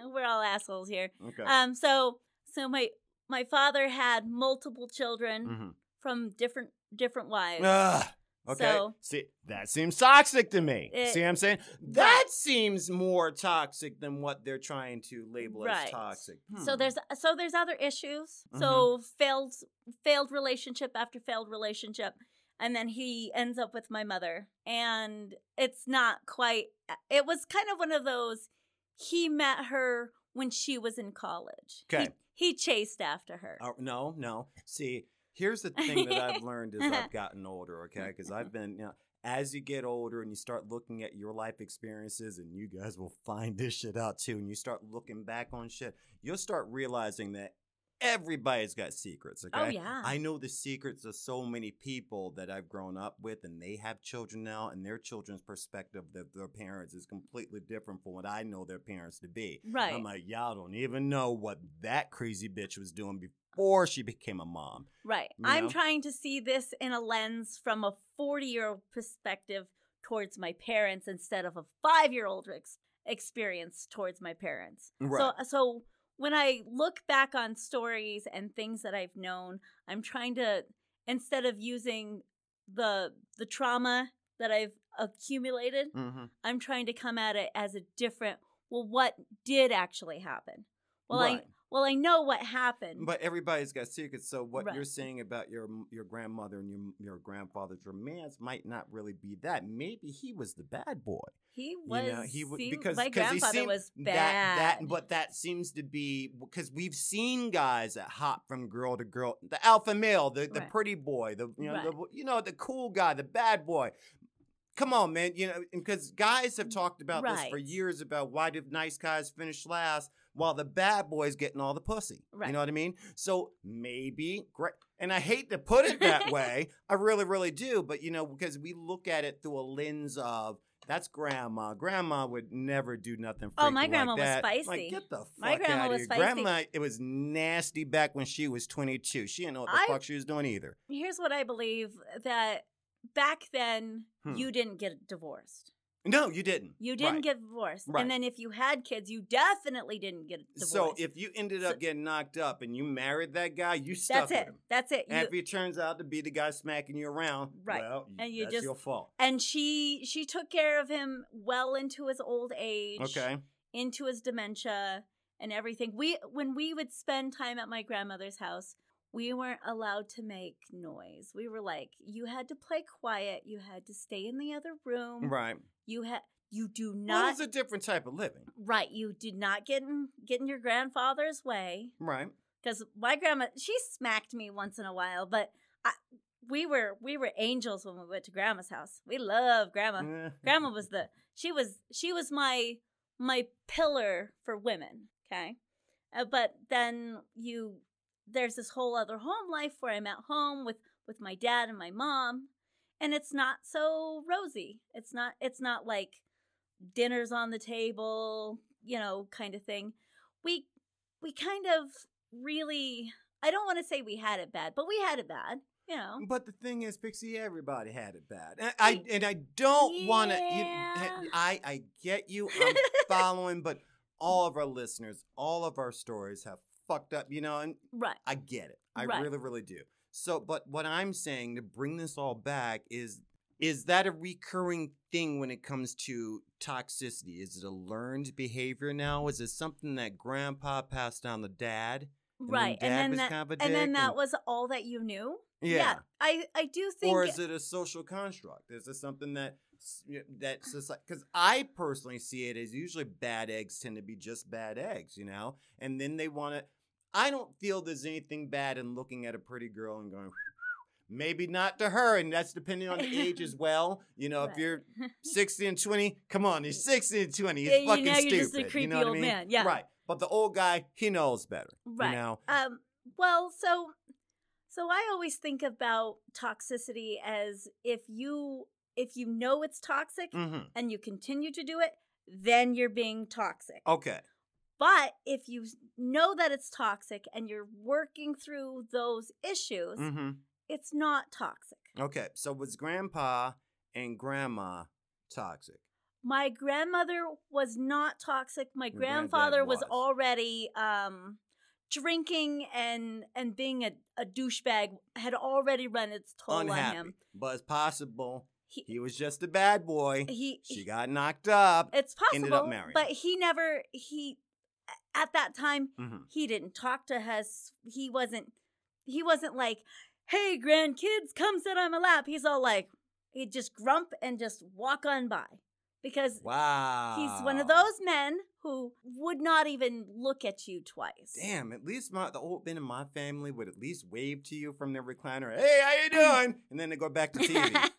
S4: we're all assholes here
S5: Okay.
S4: um so so my my father had multiple children
S5: mm-hmm.
S4: from different different wives
S5: Ugh. Okay.
S4: So-
S5: See, that seems toxic to me.
S4: It-
S5: See what I'm saying? That seems more toxic than what they're trying to label as
S4: Right.
S5: toxic.
S4: So
S5: Hmm. Mm-hmm.
S4: there's uh, so there's other issues. So failed failed relationship after failed relationship, and then he ends up with my mother, and it's not quite. uh, It was kind of one of those. He met her when she was in college. He-
S5: Okay.
S4: He, chased after her.
S5: Oh, no, no. See, here's the thing that I've learned as I've gotten older, okay? Because I've been, you know, as you get older and you start looking at your life experiences, and you guys will find this shit out too, and you start looking back on shit, you'll start realizing that everybody's got secrets, okay?
S4: Oh yeah.
S5: I know the secrets of so many people that I've grown up with, and they have children now, and their children's perspective of their parents is completely different from what I know their parents to be.
S4: right.
S5: I'm like, y'all don't even know what that crazy bitch was doing before she became a mom.
S4: right.
S5: you
S4: I'm
S5: know?
S4: trying to see this in a lens from a 40 year old perspective towards my parents instead of a five year old ex- experience towards my parents.
S5: Right.
S4: So so when I look back on stories and things that I've known, I'm trying to instead of using the the trauma that I've accumulated,
S5: Mm-hmm.
S4: I'm trying to come at it as a different. Well, what did actually happen? Well, I
S5: Right.
S4: well I know what happened.
S5: But everybody's got secrets. So what you're
S4: Right.
S5: saying about your your grandmother and your your grandfather's romance might not really be that. Maybe he was the bad boy.
S4: he
S5: You
S4: was
S5: know, he w-
S4: see,
S5: because
S4: my
S5: 'cause he
S4: grandfather
S5: seemed-
S4: was bad.
S5: That, that, but that seems to be because we've seen guys that hop from girl to girl. The alpha male, the, the
S4: Right.
S5: pretty boy, the you know, the, you know the cool guy, the bad boy. Come on, man. You know, because guys have talked about this for
S4: Mm, Right.
S5: years about why do nice guys finish last while the bad boy's getting all the pussy. You
S4: Right.
S5: know what I mean? So maybe great. And I hate to put it that way. I really, really do. But you know, because we look at it through a lens of that's grandma. Grandma would never do nothing.
S4: Oh, my
S5: freaky
S4: grandma
S5: like
S4: was
S5: that.
S4: feisty.
S5: Like, get the fuck
S4: My grandma
S5: out of
S4: was
S5: here.
S4: feisty.
S5: Grandma, it was nasty back when she was 22. She didn't know what the
S4: I-
S5: fuck she was doing either.
S4: Here's what I believe that back then
S5: Hmm.
S4: you didn't get divorced.
S5: No, you didn't.
S4: You didn't
S5: Right.
S4: get divorced.
S5: Right.
S4: And then if you had kids, you definitely didn't get divorced.
S5: So if you ended up getting knocked up and you married that guy, you
S4: that's
S5: stuck with
S4: it.
S5: him.
S4: That's it. You-
S5: And if he turns out to be the guy smacking you around,
S4: Right.
S5: well,
S4: And you
S5: that's
S4: just-
S5: your fault.
S4: and she she took care of him well into his old age.
S5: Okay.
S4: into his dementia and everything. We when we would spend time at my grandmother's house, we weren't allowed to make noise. We were like, you had to play quiet, you had to stay in the other room.
S5: Right.
S4: You had you do
S5: well,
S4: not
S5: it's a different type of living.
S4: right, you did not get in get in your grandfather's way
S5: Right.
S4: cuz my grandma she smacked me once in a while, but I we were we were angels when we went to grandma's house. We love grandma.
S5: Eh.
S4: Grandma was the she was she was my my pillar for women. Okay, uh, but then you there's this whole other home life where I'm at home with with my dad and my mom, and it's not so rosy. It's not it's not like dinners on the table, you know, kind of thing. We we kind of really I don't want to say we had it bad, but we had it bad, you know.
S5: But the thing is, Pixie, everybody had it bad. And I and I don't want to.
S4: Yeah.
S5: I I get you. I'm following, but all of our listeners, all of our stories have fucked up. You know, and
S4: Right.
S5: I get it. I
S4: Right.
S5: really, really do. So, but what I'm saying to bring this all back is is that a recurring thing when it comes to toxicity? Is it a learned behavior now? Is it something that grandpa passed down to dad? And then
S4: right.
S5: dad
S4: and
S5: was
S4: then that
S5: kind of a
S4: and
S5: dick
S4: then that
S5: and-
S4: was all that you knew?
S5: Yeah.
S4: I I do think
S5: or is it a social construct? Is it something that s- y-
S4: Ah.
S5: that's just like because I personally see it as usually bad eggs tend to be just bad eggs, you know, and then they want to. I don't feel there's anything bad in looking at a pretty girl and going. Maybe not to her, and that's depending on the age as well. You know, if
S4: Right.
S5: you're 60 and 20, come on, you're 60 and 20. It's
S4: Yeah, you
S5: fucking
S4: know you're
S5: stupid.
S4: just a
S5: you
S4: creepy
S5: know what I
S4: old
S5: mean?
S4: man, yeah.
S5: Right. But the old guy, he knows better.
S4: Right.
S5: You know?
S4: um well so so I always think about toxicity as if you if you know it's toxic
S5: hmm
S4: and you continue to do it, then you're being toxic.
S5: Okay.
S4: But if you s- know that it's toxic and you're working through those issues,
S5: hmm
S4: it's not toxic.
S5: Okay, so was grandpa and grandma toxic?
S4: My grandmother was not toxic. My
S5: Your granddad
S4: grandfather was.
S5: was.
S4: already um, drinking and and being a, a douchebag had already run its toll
S5: Unhappy.
S4: on him.
S5: But it's possible
S4: He
S5: he was just a bad boy.
S4: he,
S5: She got knocked up.
S4: it's
S5: ended
S4: possible,
S5: up marrying.
S4: but he never he at that time
S5: hmm
S4: he didn't talk to us. He wasn't he wasn't like, "Hey grandkids, come sit on my lap." He's all like he'd just grump and just walk on by because
S5: Wow.
S4: He's one of those men who would not even look at you twice.
S5: Damn, at least my the old men in my family would at least wave to you from their recliner. Hey, how you doing? And then they go back to TV.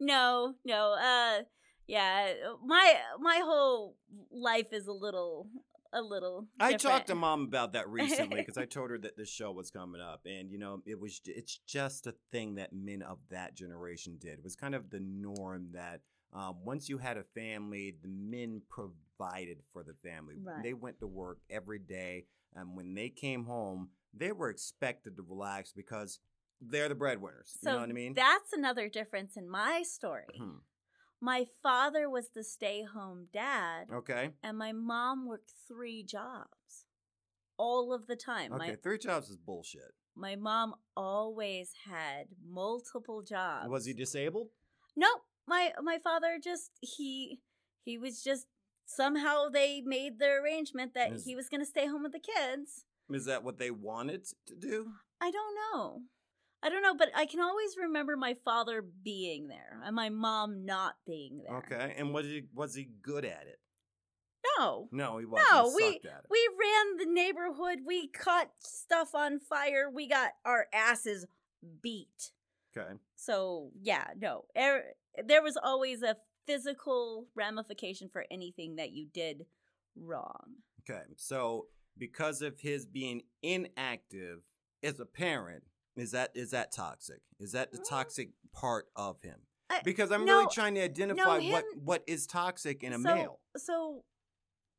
S4: no, no. Uh yeah, my my whole life is a little a little
S5: I talked to
S4: different.
S5: mom about that recently because I told her that this show was coming up, and you know, it was it's just a thing that men of that generation did. It was kind of the norm that um, once you had a family, the men provided for the family.
S4: Right.
S5: They went to work every day, and when they came home, they were expected to relax because they're the breadwinners.
S4: so
S5: you know what I mean?
S4: That's another difference in my story.
S5: Mhm.
S4: My father was the stay-home dad
S5: okay.
S4: and my mom worked 3 jobs all of the time.
S5: Okay. Three jobs is bullshit.
S4: My my mom always had multiple jobs.
S5: Was he disabled?
S4: Nope. my my father just he he was just somehow they made the arrangement that
S5: Is-
S4: he was going to stay home with the kids.
S5: Is that what they wanted to do?
S4: I don't know. I don't know, but I can always remember my father being there and my mom not being there.
S5: Okay. And was he was he good at it?
S4: No.
S5: No, he wasn't.
S4: No,
S5: he
S4: we-
S5: sucked at it.
S4: We ran the neighborhood. We caught stuff on fire. We got our asses beat.
S5: okay.
S4: So, yeah, no. Er- there was always a physical ramification for anything that you did wrong.
S5: Okay. So because of his being inactive as a parent, is that is that toxic? Is that the
S4: Mm.
S5: toxic part of him?
S4: I-
S5: Because I'm
S4: no,
S5: really trying to identify what
S4: him-
S5: what is toxic in a
S4: so,
S5: male.
S4: So,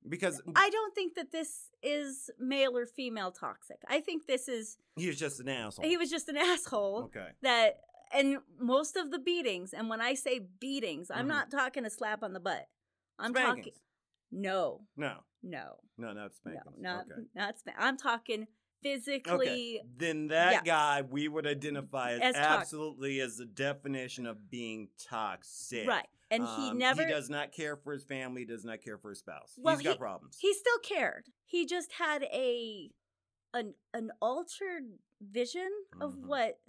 S5: Because
S4: I don't think that this is male or female toxic. I think this is
S5: he was just an asshole.
S4: he was just an asshole.
S5: okay.
S4: that and most of the beatings and when i say beatings i'm
S5: Mhm.
S4: not talking a slap on the butt i'm talking
S5: Spankings.
S4: no
S5: No,
S4: no
S5: no, not spankings.
S4: no not
S5: okay.
S4: not spa- i'm talking physically
S5: Okay. Then that
S4: yeah.
S5: guy we would identify as,
S4: As toxic.
S5: absolutely as the definition of being toxic.
S4: right and he
S5: Um,
S4: never
S5: he does not care for his family, does not care for his spouse.
S4: Well,
S5: He's got
S4: he-
S5: problems.
S4: he still cared he just had a an an altered vision of
S5: Mhm.
S4: what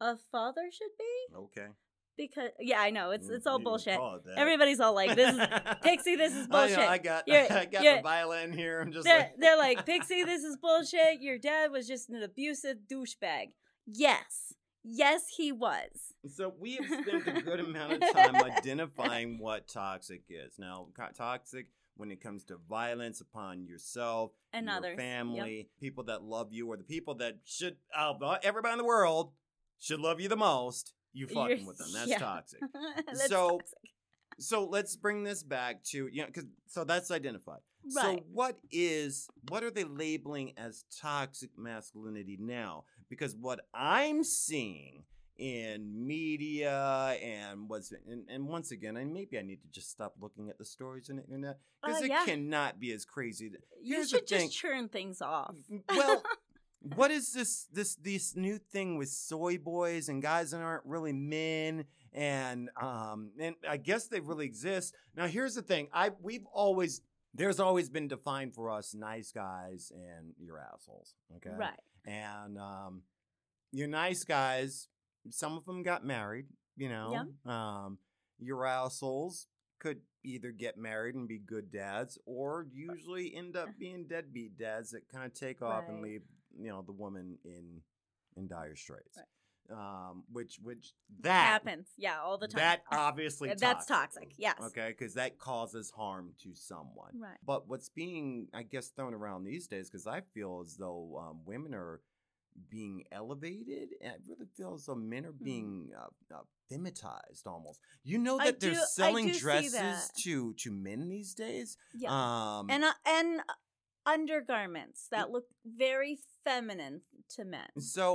S4: a father should be
S5: okay. Mm,
S4: because yeah i know it's it's all
S5: You
S4: bullshit
S5: call it that.
S4: everybody's all like this is Pixie, this is
S5: I,
S4: bullshit.
S5: know, I got
S4: You're-
S5: I got
S4: you're-
S5: the violin here. I'm just
S4: they're,
S5: like
S4: they're like, Pixie, this is bullshit. Your dad was just an abusive douchebag. Yes. Yes, he was.
S5: So we have spent a good amount of time identifying what toxic is. Now, co- toxic when it comes to violence upon yourself,
S4: And
S5: your
S4: others. Yep.
S5: family, people that love you, or the people that should uh, everybody in the world should love you the most. You
S4: You're-
S5: fucking with them. That's
S4: yeah.
S5: toxic.
S4: That's
S5: So-
S4: toxic.
S5: So let's bring this back to you know, because so that's identified. So
S4: Right.
S5: what is what are they labeling as toxic masculinity now? Because what I'm seeing in media and what's and, and once again, and maybe I need to just stop looking at the stories on the internet because
S4: Uh,
S5: it
S4: yeah.
S5: cannot be as crazy.
S4: you
S5: here's the
S4: should just
S5: thing. Oh
S4: churn things off.
S5: Well, what is this this this new thing with soy boys and guys that aren't really men and um and I guess they really exist. Now here's the thing. I we've always there's always been defined for us nice guys and your assholes. Okay.
S4: Right.
S5: And um your nice guys, some of them got married, you know. Um your assholes could either get married and be good dads or usually end up being deadbeat dads that kind of take off and
S4: Right.
S5: leave you know the woman in in dire straits um which which that
S4: Happens. Yeah, all the time.
S5: that uh, obviously
S4: Yeah, that's toxic, yes.
S5: okay because that causes harm to someone
S4: Right.
S5: but what's being i guess thrown around these days because i feel as though um, women are being elevated and i really feel as though men
S4: Mm.
S5: are being uh, uh, femitized almost you know
S4: I
S5: that they're
S4: do- I
S5: selling
S4: do see
S5: dresses
S4: that.
S5: to to men these days
S4: Yeah.
S5: um
S4: and uh, and uh, undergarments that look very feminine to men.
S5: So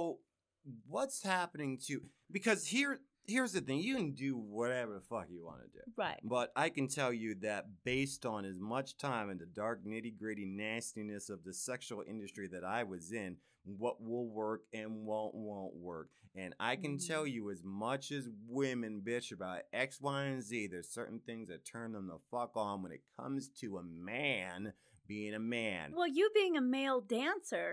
S5: what's happening to because here here's the thing, you can do whatever the fuck you want to do.
S4: Right.
S5: But I can tell you that based on as much time and the dark nitty-gritty nastiness of the sexual industry that I was in, what will work and won't won't work. And I can
S4: Mm.
S5: tell you as much as women bitch about X, Y, and Z, there's certain things that turn them the fuck on when it comes to a man being a man.
S4: Well, you being a male dancer,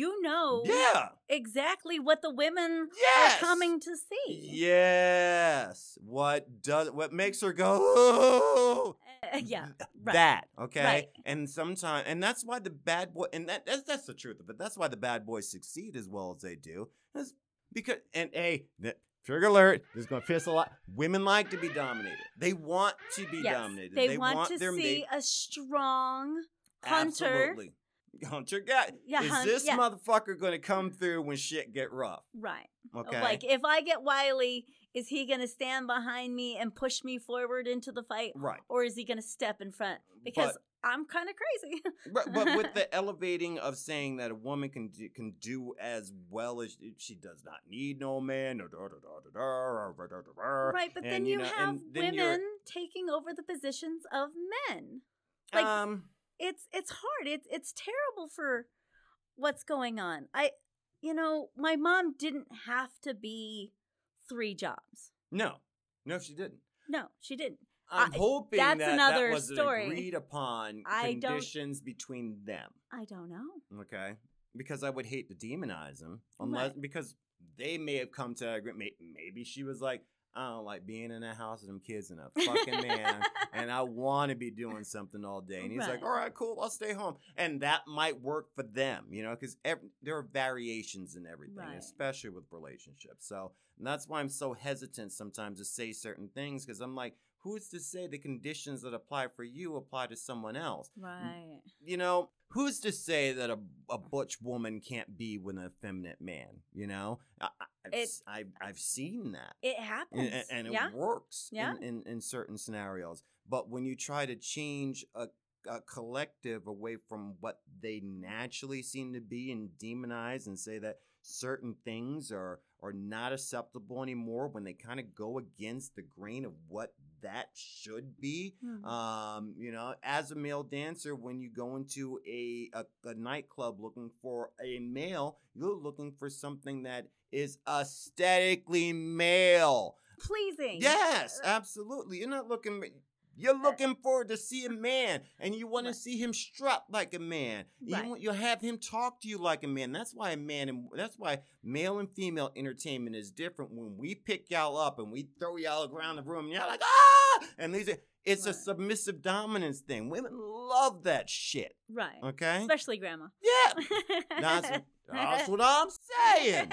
S4: you know
S5: yeah.
S4: exactly what the women
S5: Yes.
S4: are coming to see.
S5: Yes. What does what makes her go? "Ooh,"
S4: Uh, yeah. Right.
S5: That okay.
S4: Right.
S5: And sometimes, and that's why the bad boy, and that that's, that's the truth of it. That's why the bad boys succeed as well as they do. That's because, and hey, th- trigger alert. This is gonna piss a lot. Women like to be dominated. They want to be
S4: yes.
S5: dominated.
S4: They, want, to
S5: their
S4: see
S5: mate-
S4: a strong hunter.
S5: Absolutely. Hunter guy.
S4: Yeah,
S5: is
S4: hun-
S5: this
S4: yeah.
S5: motherfucker gonna come through when shit get rough?
S4: Right.
S5: Okay.
S4: Like if I get Wiley, is he going to stand behind me and push me forward into the fight
S5: right.
S4: or is he going to step in front? Because I'm kind of crazy.
S5: But, but with the elevating of saying that a woman can do, can do as well as she does not need no man, da, da, da, da, da, da, da, da, da, da,
S4: right, but then
S5: and,
S4: you,
S5: know,
S4: have
S5: and then you're-
S4: women taking over the positions of men. like-
S5: um,
S4: it's it's hard. It's it's terrible for what's going on. I you know, my mom didn't have to be three jobs.
S5: no, no, she didn't.
S4: No, she didn't.
S5: I'm
S4: I-
S5: hoping
S4: that's
S5: that
S4: another
S5: that was an
S4: story.
S5: agreed upon
S4: I don't-
S5: conditions between them.
S4: I don't know.
S5: Okay, because I would hate to demonize them unless because they may have come to agree. may- Maybe she was like, I don't like being in that house with them kids and a fucking man, and I want to be doing something all day. And he's like,
S4: Right.
S5: All right, cool, I'll stay home, and that might work for them, you know, because there are variations in everything,
S4: Right.
S5: especially with relationships. So and that's why I'm so hesitant sometimes to say certain things because I'm like, who's to say the conditions that apply for you apply to someone else?
S4: Mm. Right.
S5: you know, who's to say that a, a butch woman can't be with an effeminate man? You know, I, I- I've,
S4: It-
S5: s- I've, I've seen that.
S4: It
S5: And,
S4: happens.
S5: and- and it
S4: yeah.
S5: works
S4: Yeah.
S5: in, in, in certain scenarios. But when you try to change a, a collective away from what they naturally seem to be and demonize and say that certain things are, are not acceptable anymore when they kind of go against the grain of what that should be,
S4: Mhm.
S5: um, you know, as a male dancer, when you go into a, a, a nightclub looking for a male, you're looking for something that is aesthetically male.
S4: Pleasing. Uh,
S5: Yes, absolutely. You're not looking. You're looking forward to see a man, and you want
S4: Right.
S5: to see him strut like a man.
S4: Right.
S5: You want, you'll have him talk to you like a man. That's why a man and that's why male and female entertainment is different. When we pick y'all up and we throw y'all around the room, and y'all like ah, and these are, it's a
S4: Right.
S5: submissive dominance thing. Women love that shit.
S4: Right.
S5: Okay.
S4: Especially grandma.
S5: Yeah. That's, that's what I'm saying.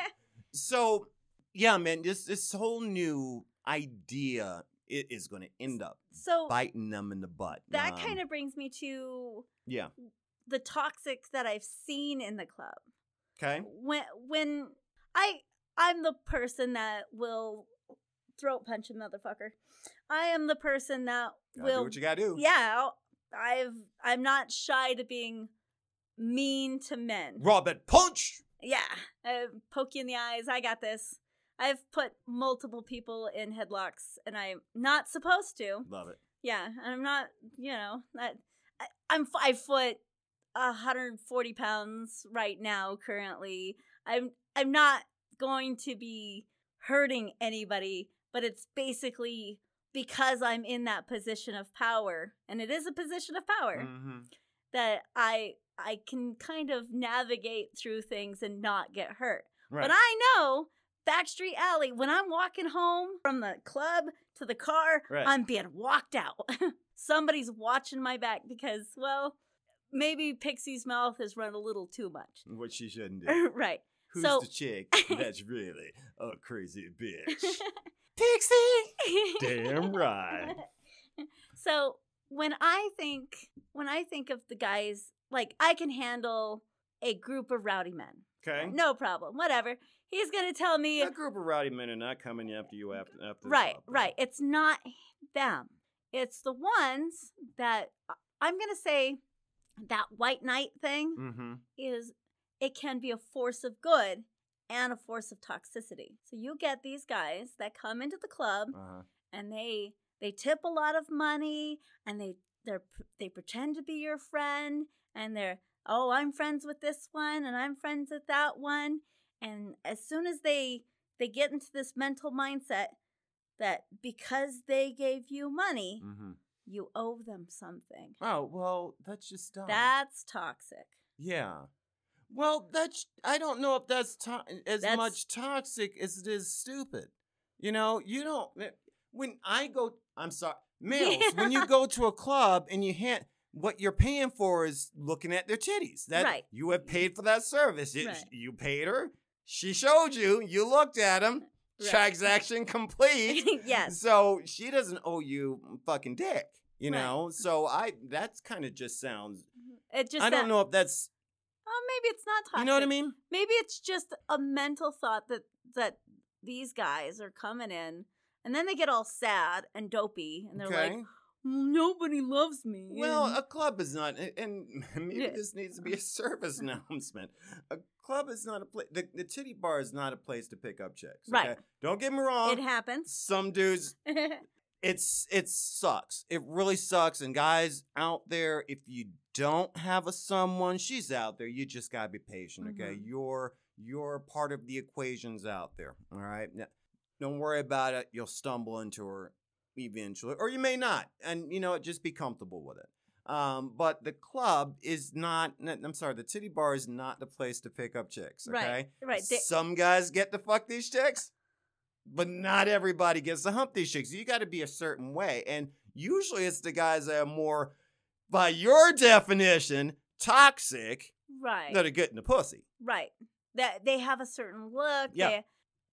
S5: So, yeah, man, this this whole new idea it is going to end up
S4: so
S5: biting them in the butt.
S4: oh.
S5: um,
S4: that kind of brings me to
S5: yeah.
S4: the toxics that I've seen in the club.
S5: Okay.
S4: When when I I'm the person that will throat punch a motherfucker. I am the person that
S5: Gotta do
S4: will
S5: what you gotta do.
S4: Yeah, I've I'm not shy to being mean to men.
S5: Robert Punch.
S4: Yeah, uh, poke you in the eyes. I got this. I've put multiple people in headlocks, and I'm not supposed to.
S5: Love it.
S4: Yeah, and I'm not. You know, not, I, I'm five foot, 140 pounds right now. Currently, I'm I'm not going to be hurting anybody, but it's basically because I'm in that position of power, and it is a position of power
S5: Mm. Mm-hmm.
S4: that I I can kind of navigate through things and not get hurt.
S5: Right.
S4: But I know Backstreet Alley, when I'm walking home from the club to the car,
S5: Right.
S4: I'm being walked out. Somebody's watching my back because, well, maybe Pixie's mouth has run a little too much.
S5: what she shouldn't do.
S4: right.
S5: Who's
S4: So-
S5: the chick that's really a crazy bitch? Pixie. Damn right.
S4: so when I think when I think of the guys like I can handle a group of rowdy men.
S5: Okay.
S4: No problem. Whatever. He's gonna tell me
S5: That group of rowdy men are not coming after you after after. the
S4: Right,
S5: club, bro.
S4: right. It's not them. It's the ones that uh, I'm going to say that white knight thing
S5: Mm-hmm.
S4: is it can be a force of good and a force of toxicity. So you get these guys that come into the club
S5: Uh-huh.
S4: and they they tip a lot of money and they they're they pretend to be your friend and they're oh i'm friends with this one and i'm friends with that one and as soon as they they get into this mental mindset that because they gave you money
S5: Mm-hmm.
S4: you owe them something
S5: Oh well, that's just dumb.
S4: that's toxic
S5: Yeah. Well, that's I don't know if that's to- as
S4: That's-
S5: much toxic as it is stupid. You know, you don't eh, when I go I'm sorry, males, when you go to a club and you hand what you're paying for is looking at their titties. That
S4: Right.
S5: you have paid for that service. You-
S4: Right.
S5: You paid her. She showed you. You looked at them.
S4: Right.
S5: Transaction complete.
S4: yes
S5: So she doesn't owe you fucking dick. You
S4: Right.
S5: know. So I that's kind of just sounds.
S4: it just
S5: I don't
S4: that-
S5: know if that's
S4: oh maybe it's not toxic
S5: you know what I mean?
S4: maybe it's just a mental thought that that these guys are coming in and then they get all sad and dopey and they're like "Mm." nobody loves me
S5: well,
S4: and-
S5: a club is not, and- and maybe
S4: Yeah.
S5: this needs to be a service announcement. A club is not a place. The, the titty bar is not a place to pick up chicks.
S4: Right.
S5: Don't get me wrong.
S4: it happens
S5: Some dudes, it's it sucks. It really sucks. And guys out there, if you don't have a someone, she's out there. You just gotta be patient. Okay, you're you're part of the equations out there. All right. Now, don't worry about it. You'll stumble into her eventually, or you may not, and you know, what, just be comfortable with it. Um, but the club is not. n- I'm sorry, the titty bar is not the place to pick up chicks. Okay?
S4: Right. Right. They-
S5: Some guys get to fuck these chicks, but not everybody gets to hump these chicks. You got to be a certain way, and usually it's the guys that are more, by your definition, toxic
S4: right.
S5: that are getting the pussy.
S4: Right. That they have a certain look.
S5: Yeah.
S4: They,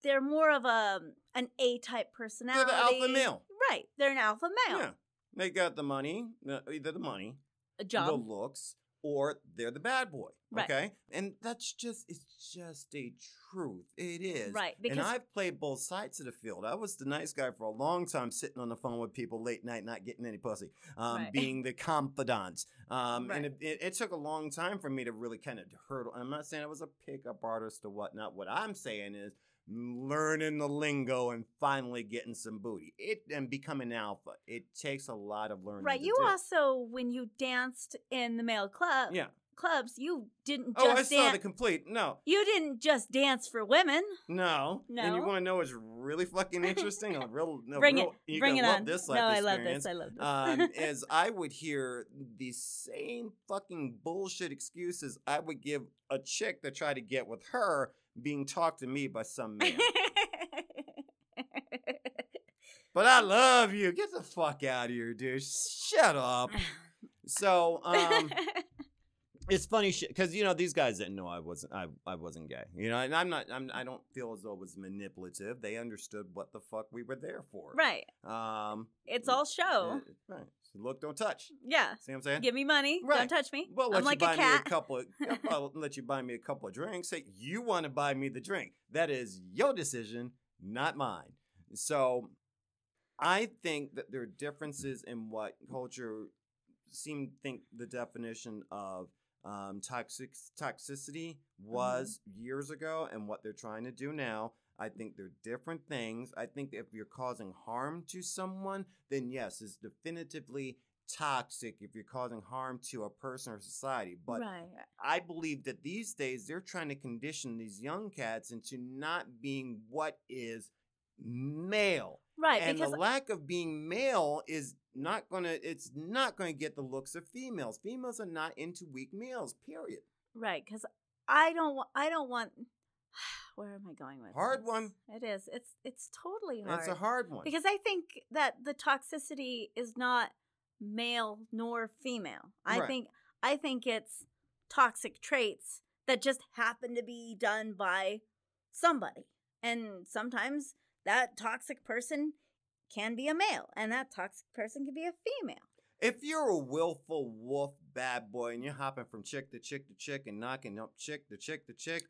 S4: they're more of a an A type
S5: They're
S4: personality.
S5: the alpha male.
S4: Right. They're an alpha male.
S5: Yeah, they got the money. uh, Either the money,
S4: A
S5: the
S4: job.
S5: looks, or they're the bad boy.
S4: Right.
S5: Okay, and that's just it's just a truth. It is
S4: Right, because-
S5: and I've played both sides of the field. I was the nice guy for a long time, sitting on the phone with people late night, not getting any pussy, um,
S4: Right.
S5: being the confidant. Um,
S4: Right.
S5: And it, it, it took a long time for me to really kind of hurdle. I'm not saying I was a pickup artist or whatnot. What I'm saying is learning the lingo and finally getting some booty. It and becoming alpha. It takes a lot of learning.
S4: Right.
S5: to
S4: You
S5: do.
S4: also when you danced in the male club
S5: Yeah.
S4: clubs, you didn't
S5: Oh, I
S4: just
S5: saw
S4: dance
S5: the complete. No,
S4: you didn't just dance for women.
S5: no, And you
S4: No?
S5: want to know what's really fucking interesting? A real, no,
S4: Bring
S5: real,
S4: it.
S5: you're
S4: Bring it
S5: gonna love
S4: on.
S5: This life
S4: no, I love
S5: experience.
S4: this. I love this.
S5: um, as I would hear the same fucking bullshit excuses I would give a chick that tried to get with her being talked to me by some man. but I love you. Get the fuck out of here, dude. Shut up. So, um, it's funny shit because you know these guys didn't know I wasn't I, I wasn't gay. You know, and I'm not I'm I don't feel as though it was manipulative. They understood what the fuck we were there for.
S4: right. Oh.
S5: Um.
S4: It's all show.
S5: uh, right. So look, don't touch.
S4: Yeah.
S5: See what I'm saying?
S4: Give me money.
S5: Right.
S4: Don't touch me.
S5: Well, let
S4: I'm like
S5: you buy
S4: a cat.
S5: me a couple. Of, yeah, I'll let you buy me a couple of drinks. Hey, you want to buy me the drink? That is your decision, not mine. So, I think that there are differences in what culture seem to think the definition of um, toxic toxicity
S4: Mm-hmm.
S5: was years ago and what they're trying to do now. I think they're different things. I think if you're causing harm to someone, then yes, it's definitively toxic if you're causing harm to a person or society. But
S4: right.
S5: I believe that these days they're trying to condition these young cats into not being what is male.
S4: Right.
S5: and the
S4: because
S5: lack of being male is not gonna it's not gonna get the looks of females. Females are not into weak males, period.
S4: Right, because I don't. wa- I don't want. Where am I going with
S5: Hard
S4: this?
S5: one.
S4: It is. It's it's totally hard.
S5: That's a hard one.
S4: because I think that the toxicity is not male nor female. I
S5: Right.
S4: think I think it's toxic traits that just happen to be done by somebody, and sometimes that toxic person can be a male, and that toxic person can be a female.
S5: if you're a willful wolf bad boy and you're hopping from chick to chick to chick and knocking up chick to chick to chick,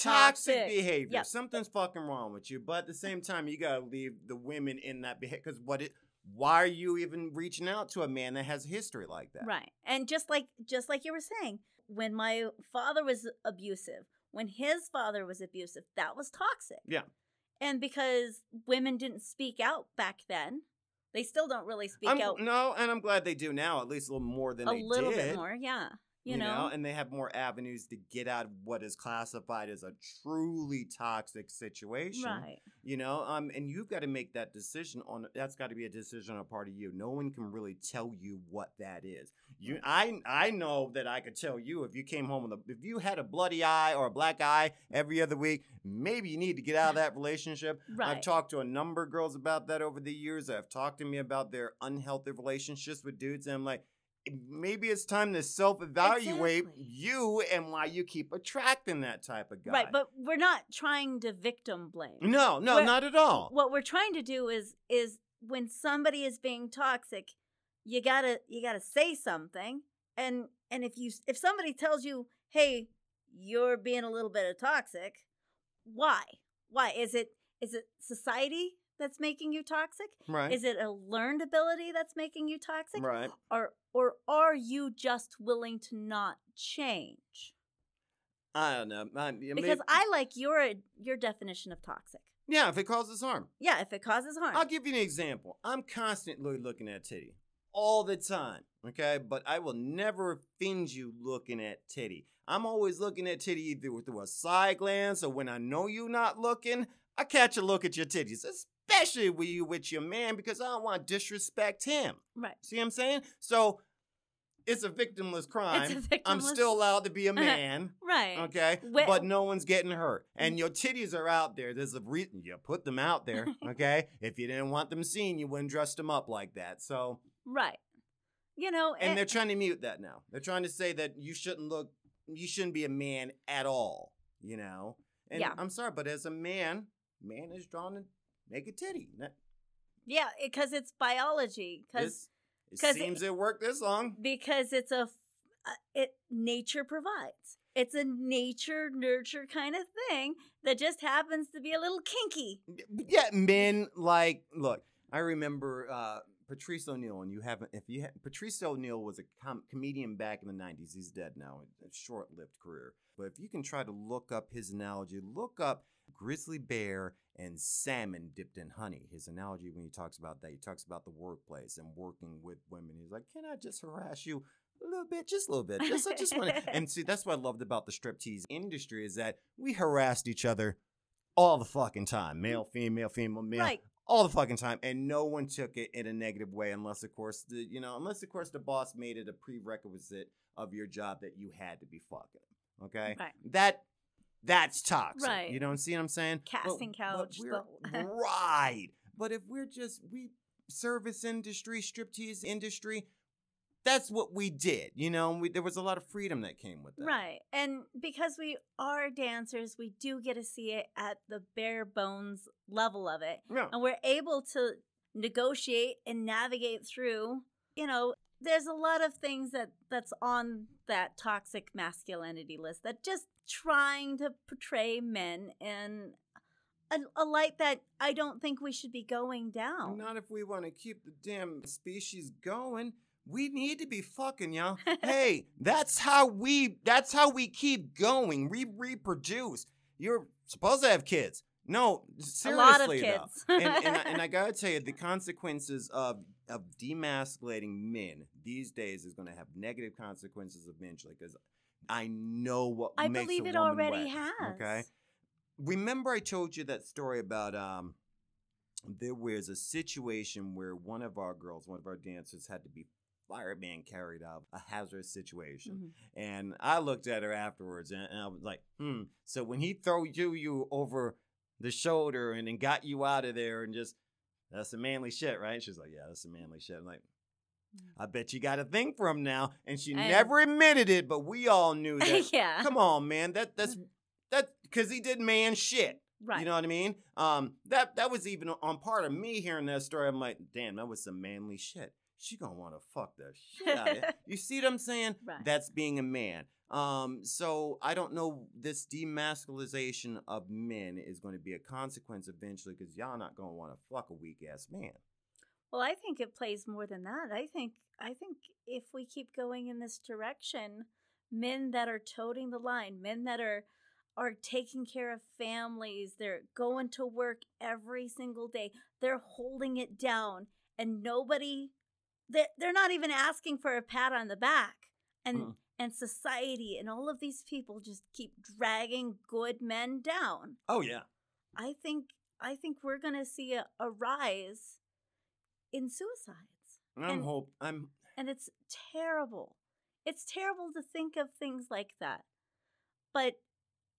S5: toxic,
S4: Toxic.
S5: behavior.
S4: Yep.
S5: Something's fucking wrong with you. But at the same time, you gotta leave the women in that behavior. Because what it, why are you even reaching out to a man that has a history like that?
S4: Right. And just like just like you were saying, when my father was abusive, when his father was abusive, that was toxic.
S5: Yeah.
S4: And because women didn't speak out back then, they still don't really speak
S5: I'm-
S4: out
S5: No, and I'm glad they do now. At least a little more than
S4: a
S5: they
S4: little
S5: did.
S4: bit more. Yeah. You, know?
S5: and they have more avenues to get out of what is classified as a truly toxic situation.
S4: right.
S5: you know um and you've got to make that decision on that's got to be a decision on a part of you no one can really tell you what that is you i i know that i could tell you if you came home with a if you had a bloody eye or a black eye every other week maybe you need to get out of that relationship
S4: Right.
S5: i've talked to a number of girls about that over the years that have talked to me about their unhealthy relationships with dudes and i'm like Maybe it's time to self evaluate
S4: Exactly.
S5: you and why you keep attracting that type of guy.
S4: Right. But we're not trying to victim blame.
S5: no, no,
S4: Where-
S5: not at all.
S4: What we're trying to do is is when somebody is being toxic, you gotta you gotta say something. And and if you if somebody tells you, hey, you're being a little bit of toxic, why? Why is it is it society that's making you toxic?
S5: right.
S4: Is it a learned ability that's making you toxic?
S5: right.
S4: Or or are you just willing to not change?
S5: I don't know. I, I mean,
S4: Because I like your your definition of toxic.
S5: yeah, if it causes harm,
S4: Yeah, if it causes harm.
S5: I'll give you an example. I'm constantly looking at titty all the time. Okay, but I will never offend you looking at titty. I'm always looking at titty either through a side glance or when I know you're not looking. I catch a look at your titties, especially when you with your man, because I don't want to disrespect him.
S4: Right.
S5: See what I'm saying? So it's a victimless crime. I'm
S4: victimless-
S5: still allowed to be a man.
S4: Right.
S5: Okay,
S4: Well-
S5: but no one's getting hurt,
S4: Mm.
S5: and your titties are out there. There's a reason you put them out there. Okay, if you didn't want them seen, you wouldn't dress them up like that. So,
S4: Right. You know,
S5: and
S4: eh,
S5: they're trying to mute that now. They're trying to say that you shouldn't look, you shouldn't be a man at all. You know, and
S4: Yeah.
S5: I'm sorry, but as a man, man is drawn to make a titty. That-
S4: yeah, because it's biology. Because
S5: this- it
S4: 'cause
S5: seems it, worked this long.
S4: because it's a f- uh, it nature provides it's a nature nurture kind of thing that just happens to be a little kinky
S5: Yeah, men like look. I remember uh, Patrice O'Neill, and you haven't. If you ha- Patrice O'Neill was a com- comedian back in the '90s, he's dead now. A short-lived career. But if you can try to look up his analogy, look up grizzly bear and salmon dipped in honey. His analogy when he talks about that, he talks about the workplace and working with women. He's like, "Can I just harass you?" A little bit, just a little bit. Just, I just want to. And see, that's what I loved about the striptease industry is that we harassed each other all the fucking time. Male, female, female, male
S4: Mm-hmm. right
S5: all the fucking time, and no one took it in a negative way, unless of course the you know unless of course the boss made it a prerequisite of your job that you had to be fucking. Okay,
S4: Right.
S5: that that's toxic.
S4: Right.
S5: You don't see what I'm saying?
S4: Casting couch,
S5: we're-
S4: the-
S5: right, but if we're just we service industry, striptease industry. That's what we did, you know. and We, there was a lot of freedom that came with that,
S4: right and because we are dancers we do get to see it at the bare bones level of it
S5: Yeah.
S4: and we're able to negotiate and navigate through you know there's a lot of things that that's on that toxic masculinity list that just trying to portray men in a, a light that i don't think we should be going down
S5: Not if we want to keep the damn species going. We need to be fucking, y'all. hey, that's how we that's how we keep going. We reproduce. You're supposed to have kids. No,
S4: a
S5: seriously
S4: lot of
S5: though
S4: kids
S5: and, and, I, and I gotta tell you, the consequences of of demasculating men these days is gonna have negative consequences eventually. Because I know what
S4: I
S5: makes
S4: believe
S5: a
S4: it
S5: woman
S4: already
S5: wet,
S4: has.
S5: Okay. Remember, I told you that story about um. There was a situation where one of our girls, one of our dancers, had to be fireman carried out a hazardous situation.
S4: Mhm.
S5: And I looked at her afterwards and, and I was like, hmm. So when he throw you you over the shoulder and then got you out of there and just that's some manly shit, right? She's like, Yeah, that's some manly shit. I'm like, I bet you got a thing for him now. And she
S4: And-
S5: never admitted it, but we all knew that.
S4: yeah
S5: Come on, man. That that's that cause he did man shit.
S4: right
S5: You know what I mean? Um, that that was even on part of me hearing that story. I'm like, damn, that was some manly shit. She gonna want to fuck the shit out of it. You see what I'm saying?
S4: Right.
S5: That's being a man. Um, so I don't know. This demasculization of men is going to be a consequence eventually because y'all not gonna want to fuck a weak ass man.
S4: Well, I think it plays more than that. I think I think if we keep going in this direction, men that are toting the line, men that are are taking care of families, they're going to work every single day. They're holding it down and nobody they they're not even asking for a pat on the back. And
S5: Mm.
S4: and society and all of these people just keep dragging good men down.
S5: Oh yeah.
S4: I think I think we're gonna see a, a rise in suicides.
S5: I'm
S4: And-
S5: hope I'm
S4: And it's terrible. It's terrible to think of things like that. But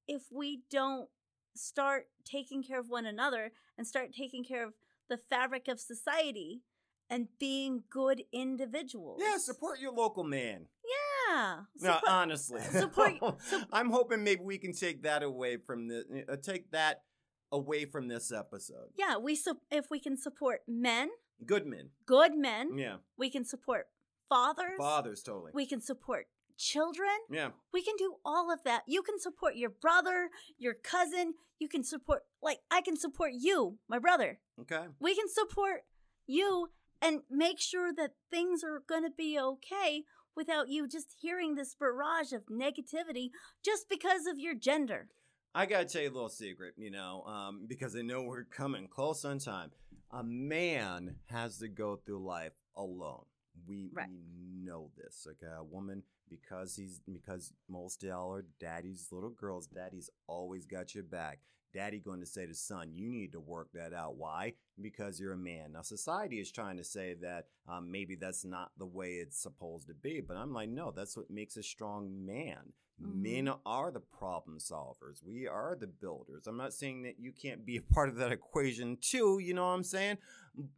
S4: if we don't start taking care of one another and start taking care of the fabric of society and being good individuals.
S5: yeah. Support your local man.
S4: Yeah.
S5: No,
S4: Support-
S5: honestly,
S4: support- sup-
S5: I'm hoping maybe we can take that away from the uh, take that away from this episode.
S4: yeah, we su- if we can support men,
S5: Goodman,
S4: good men,
S5: yeah,
S4: we can support fathers,
S5: fathers totally,
S4: Mm-hmm. we can support children,
S5: yeah,
S4: We can do all of that. You can support your brother, your cousin. You can support, like, I can support you, my brother.
S5: okay,
S4: We can support you and make sure that things are going to be okay without you just hearing this barrage of negativity just because of your gender.
S5: I gotta tell you a little secret, you know, um, because I know we're coming close on time. A man has to go through life alone We,
S4: Right.
S5: we know this. Like a woman, because he's because most y'all are daddy's little girls. Daddy's always got your back. Daddy going to say to son, you need to work that out. Why? Because you're a man. Now society is trying to say that um, maybe that's not the way it's supposed to be, but I'm like, no, that's what makes a strong man. Men are the problem solvers. We are the builders. I'm not saying that you can't be a part of that equation too, you know what I'm saying?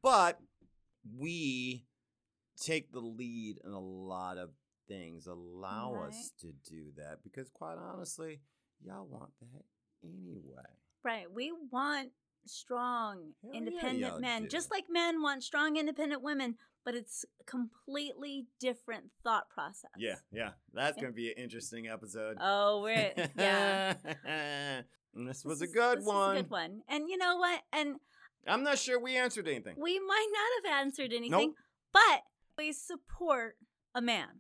S5: But we take the lead in a lot of things. Allow us
S4: Right.
S5: to do that because, quite honestly, y'all want that anyway.
S4: Right. We want strong,
S5: Hell yeah,
S4: independent
S5: y'all
S4: men,
S5: do.
S4: just like men want strong, independent women, but it's completely different thought process.
S5: yeah. That's going to be an interesting episode.
S4: Oh, we're yeah.
S5: this was a
S4: is-
S5: good
S4: this is
S5: one.
S4: a good one. And you know what? And
S5: I'm not sure we answered anything.
S4: we might not have answered anything, but we support a man.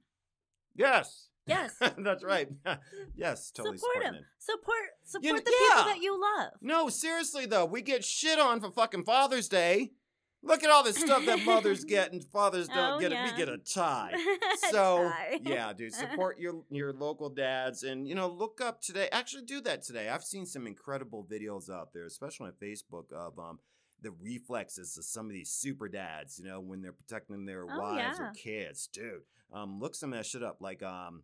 S5: yes.
S4: Yes.
S5: That's right. yes, totally
S4: support
S5: supporting
S4: him.
S5: it.
S4: Support support
S5: You-
S4: the
S5: yeah.
S4: people that you love.
S5: No, seriously though, we get shit on for fucking Father's Day. Look at all this stuff that mothers get and fathers don't
S4: Oh,
S5: get.
S4: yeah.
S5: We get a tie. So
S4: Tie.
S5: yeah, dude, support your your local dads and you know look up today. Actually, do that today. I've seen some incredible videos out there, especially on Facebook, of um the reflexes of some of these super dads. You know when they're protecting their
S4: Oh,
S5: wives
S4: yeah.
S5: or kids, dude. Um, look some of that shit up, like um,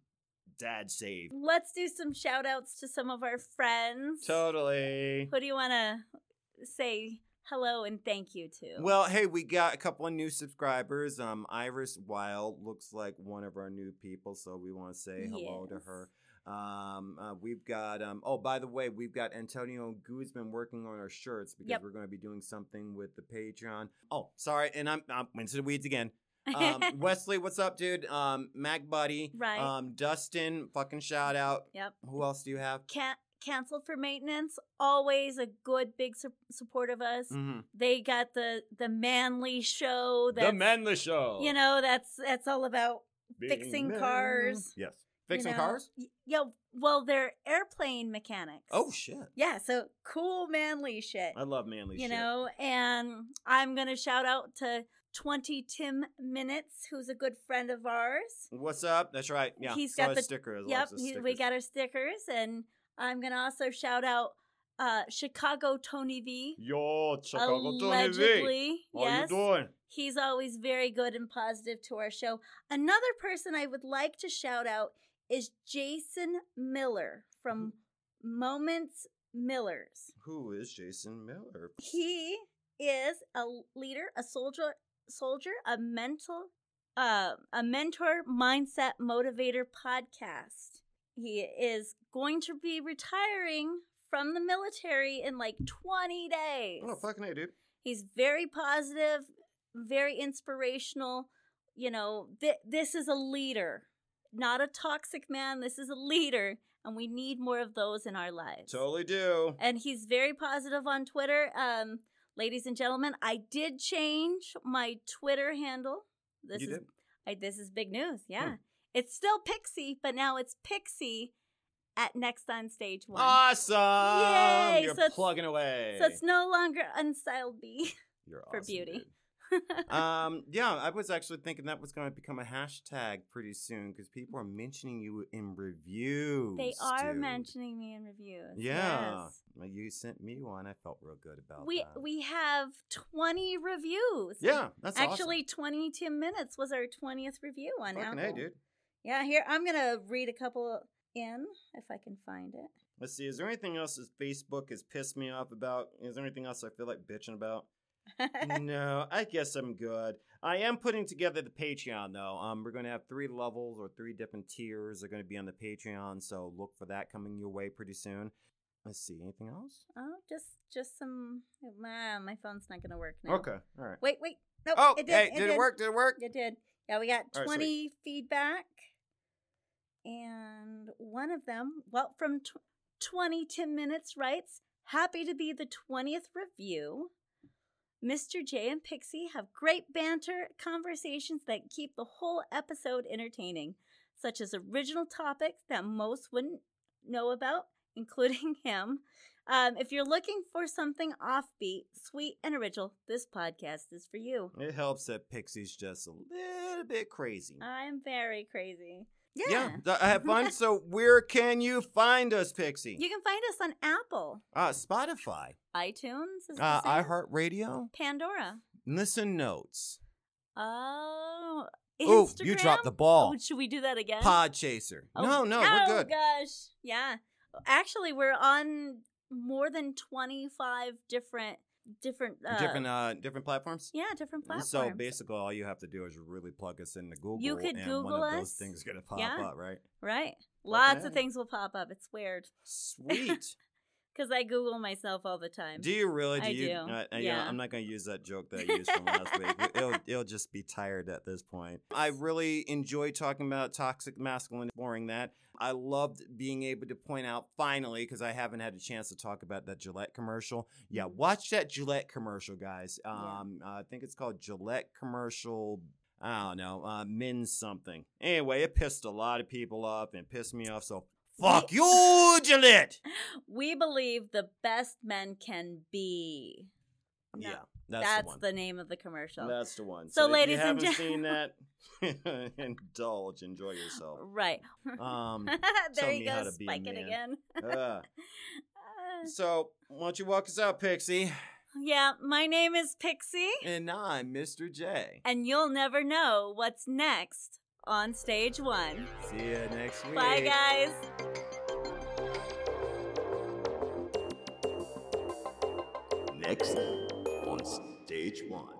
S5: Dad Save.
S4: Let's do some shout outs to some of our friends.
S5: Totally.
S4: Who do you want to say hello and thank you to?
S5: Well, hey, we got a couple of new subscribers. Um, Iris Wild looks like one of our new people, so we want to say hello to
S4: Yes.
S5: her. Um, uh, we've got um. Oh, by the way, we've got Antonio Guzman working on our shirts because
S4: Yep.
S5: we're going to be doing something with the Patreon. Oh, sorry, and I'm I'm into the weeds again. Um, Wesley, what's up, dude? Um, Mac Buddy,
S4: Right.
S5: Um, Dustin, fucking shout out.
S4: yep.
S5: Who else do you have?
S4: Can- canceled for maintenance. Always a good big su- support of us.
S5: Mm-hmm.
S4: They got the the manly show. That's,
S5: Manly Show.
S4: You know that's that's all about fixing
S5: Being
S4: cars,
S5: man- Yes,
S4: you
S5: fixing
S4: know.
S5: cars.
S4: Y- Yeah. Well, they're airplane mechanics.
S5: Oh shit.
S4: yeah. So cool, manly shit.
S5: I love manly
S4: you
S5: shit.
S4: know and i'm gonna shout out to 20 tim minutes who's a good friend of ours
S5: What's up? That's right. Yeah.
S4: He's
S5: Saw
S4: got
S5: his
S4: the-
S5: sticker.
S4: yep
S5: Lots of
S4: he, we
S5: stickers.
S4: got our stickers and i'm gonna also shout out uh chicago tony v
S5: Yo, Chicago Tony V.
S4: allegedly
S5: How
S4: yes
S5: you doing?
S4: he's always very good and positive to our show another person i would like to shout out is jason miller from moments millers
S5: Who is Jason Miller?
S4: he is a leader, a soldier, soldier, a mental, uh, a mentor, mindset, motivator podcast. He is going to be retiring from the military in like 20 days.
S5: Oh fucking hey, dude.
S4: He's very positive, very inspirational. You know, th- this is a leader, not a toxic man. This is a leader, and we need more of those in our lives
S5: Totally do.
S4: and he's very positive on Twitter. Um, ladies and gentlemen, I did change my Twitter handle. This
S5: You
S4: is
S5: did? Hmm.
S4: I, this is big news. Yeah, it's still Pixie, but now it's Pixie at next on stage one.
S5: Ah. Awesome.
S4: Yay,
S5: You're
S4: so it's-
S5: plugging away.
S4: so it's no longer unstyled B.
S5: You're
S4: for
S5: awesome,
S4: beauty.
S5: dude. um, yeah, I was actually thinking that was going to become a hashtag pretty soon because people are mentioning you in reviews.
S4: they are
S5: dude.
S4: mentioning me in reviews.
S5: Yeah,
S4: yes.
S5: Well, you sent me one. I felt real good about
S4: We
S5: that.
S4: we have twenty reviews.
S5: yeah, that's awesome.
S4: Actually, 22 minutes was our 20th review on
S5: fucking hey,
S4: Apple.
S5: dude.
S4: Yeah, here I'm gonna read a couple in if I can find it.
S5: Let's see. Is there anything else that Facebook has pissed me off about? Is there anything else I feel like bitching about? Mm-hmm. no, I guess I'm good. I am putting together the Patreon though. Um, we're going to have three levels or three different tiers are going to be on the Patreon, so look for that coming your way pretty soon. Let's see. Anything else?
S4: Oh, just just some. Ah, my phone's not gonna work now.
S5: Okay. All right.
S4: Wait, wait. No.
S5: oh,
S4: it did,
S5: hey,
S4: it
S5: did it work? Did it work?
S4: It did. Yeah, we got
S5: All right,
S4: 20 feedback, and one of them, well, from tw- 20 Tim Minutes writes, "Happy to be the 20th review." Mr. J and Pixie have great banter conversations that keep the whole episode entertaining, such as original topics that most wouldn't know about including him. Um, if you're looking for something offbeat, sweet, and original, this podcast is for you.
S5: It helps that Pixie's just a little bit crazy.
S4: I'm very crazy. Uh, Yeah.
S5: th- I have fun. so where can you find us, Pixie?
S4: You can find us on Apple,
S5: uh, Spotify,
S4: iTunes, is the
S5: uh,
S4: same.
S5: iHeartRadio,
S4: Pandora.
S5: Listen Notes,
S4: Oh,
S5: Ooh, you dropped the
S4: Instagram?
S5: ball.
S4: Oh, should we do that again?
S5: Podchaser.
S4: Oh,
S5: No, no, we're
S4: oh,
S5: good.
S4: gosh. Yeah. Actually, we're on more than 25 different different uh,
S5: different, uh, different platforms.
S4: yeah, different platforms.
S5: So basically, all you have to do is really plug us into Google.
S4: You could
S5: and
S4: Google
S5: one of those
S4: us.
S5: things are gonna pop
S4: Yeah.
S5: up, right?
S4: right. Lots of
S5: Okay.
S4: things will pop up. It's weird
S5: Sweet.
S4: cuz I google myself all the time.
S5: do you really? Do
S4: I
S5: you?
S4: do,
S5: uh, uh, you know,
S4: yeah.
S5: I'm not gonna use that joke that I used from last week. It'll, it'll just be tired at this point. I really enjoy talking about toxic masculine, exploring that. I loved being able to point out finally because I haven't had a chance to talk about that Gillette commercial. Yeah, watch that Gillette commercial, guys.
S4: Mm-hmm. Yeah.
S5: Um, I think it's called Gillette commercial. I don't know, uh, men's something. Anyway, it pissed a lot of people off and pissed me off. So fuck you, Gillette.
S4: we believe the best men can be. No,
S5: yeah, that's,
S4: That's,
S5: the one.
S4: the, name of the commercial.
S5: That's the one.
S4: So,
S5: if you
S4: ladies and
S5: haven't seen that, indulge, enjoy yourself.
S4: right.
S5: Um, tell
S4: there
S5: me
S4: you
S5: how
S4: go,
S5: to be a
S4: spike it
S5: man.
S4: again.
S5: uh,
S4: Uh,
S5: so why don't you walk us out, Pixie?
S4: yeah, my name is Pixie.
S5: And I'm Mr. J.
S4: and you'll never know what's next on stage one.
S5: See you next week.
S4: Bye, guys.
S1: Next on stage one.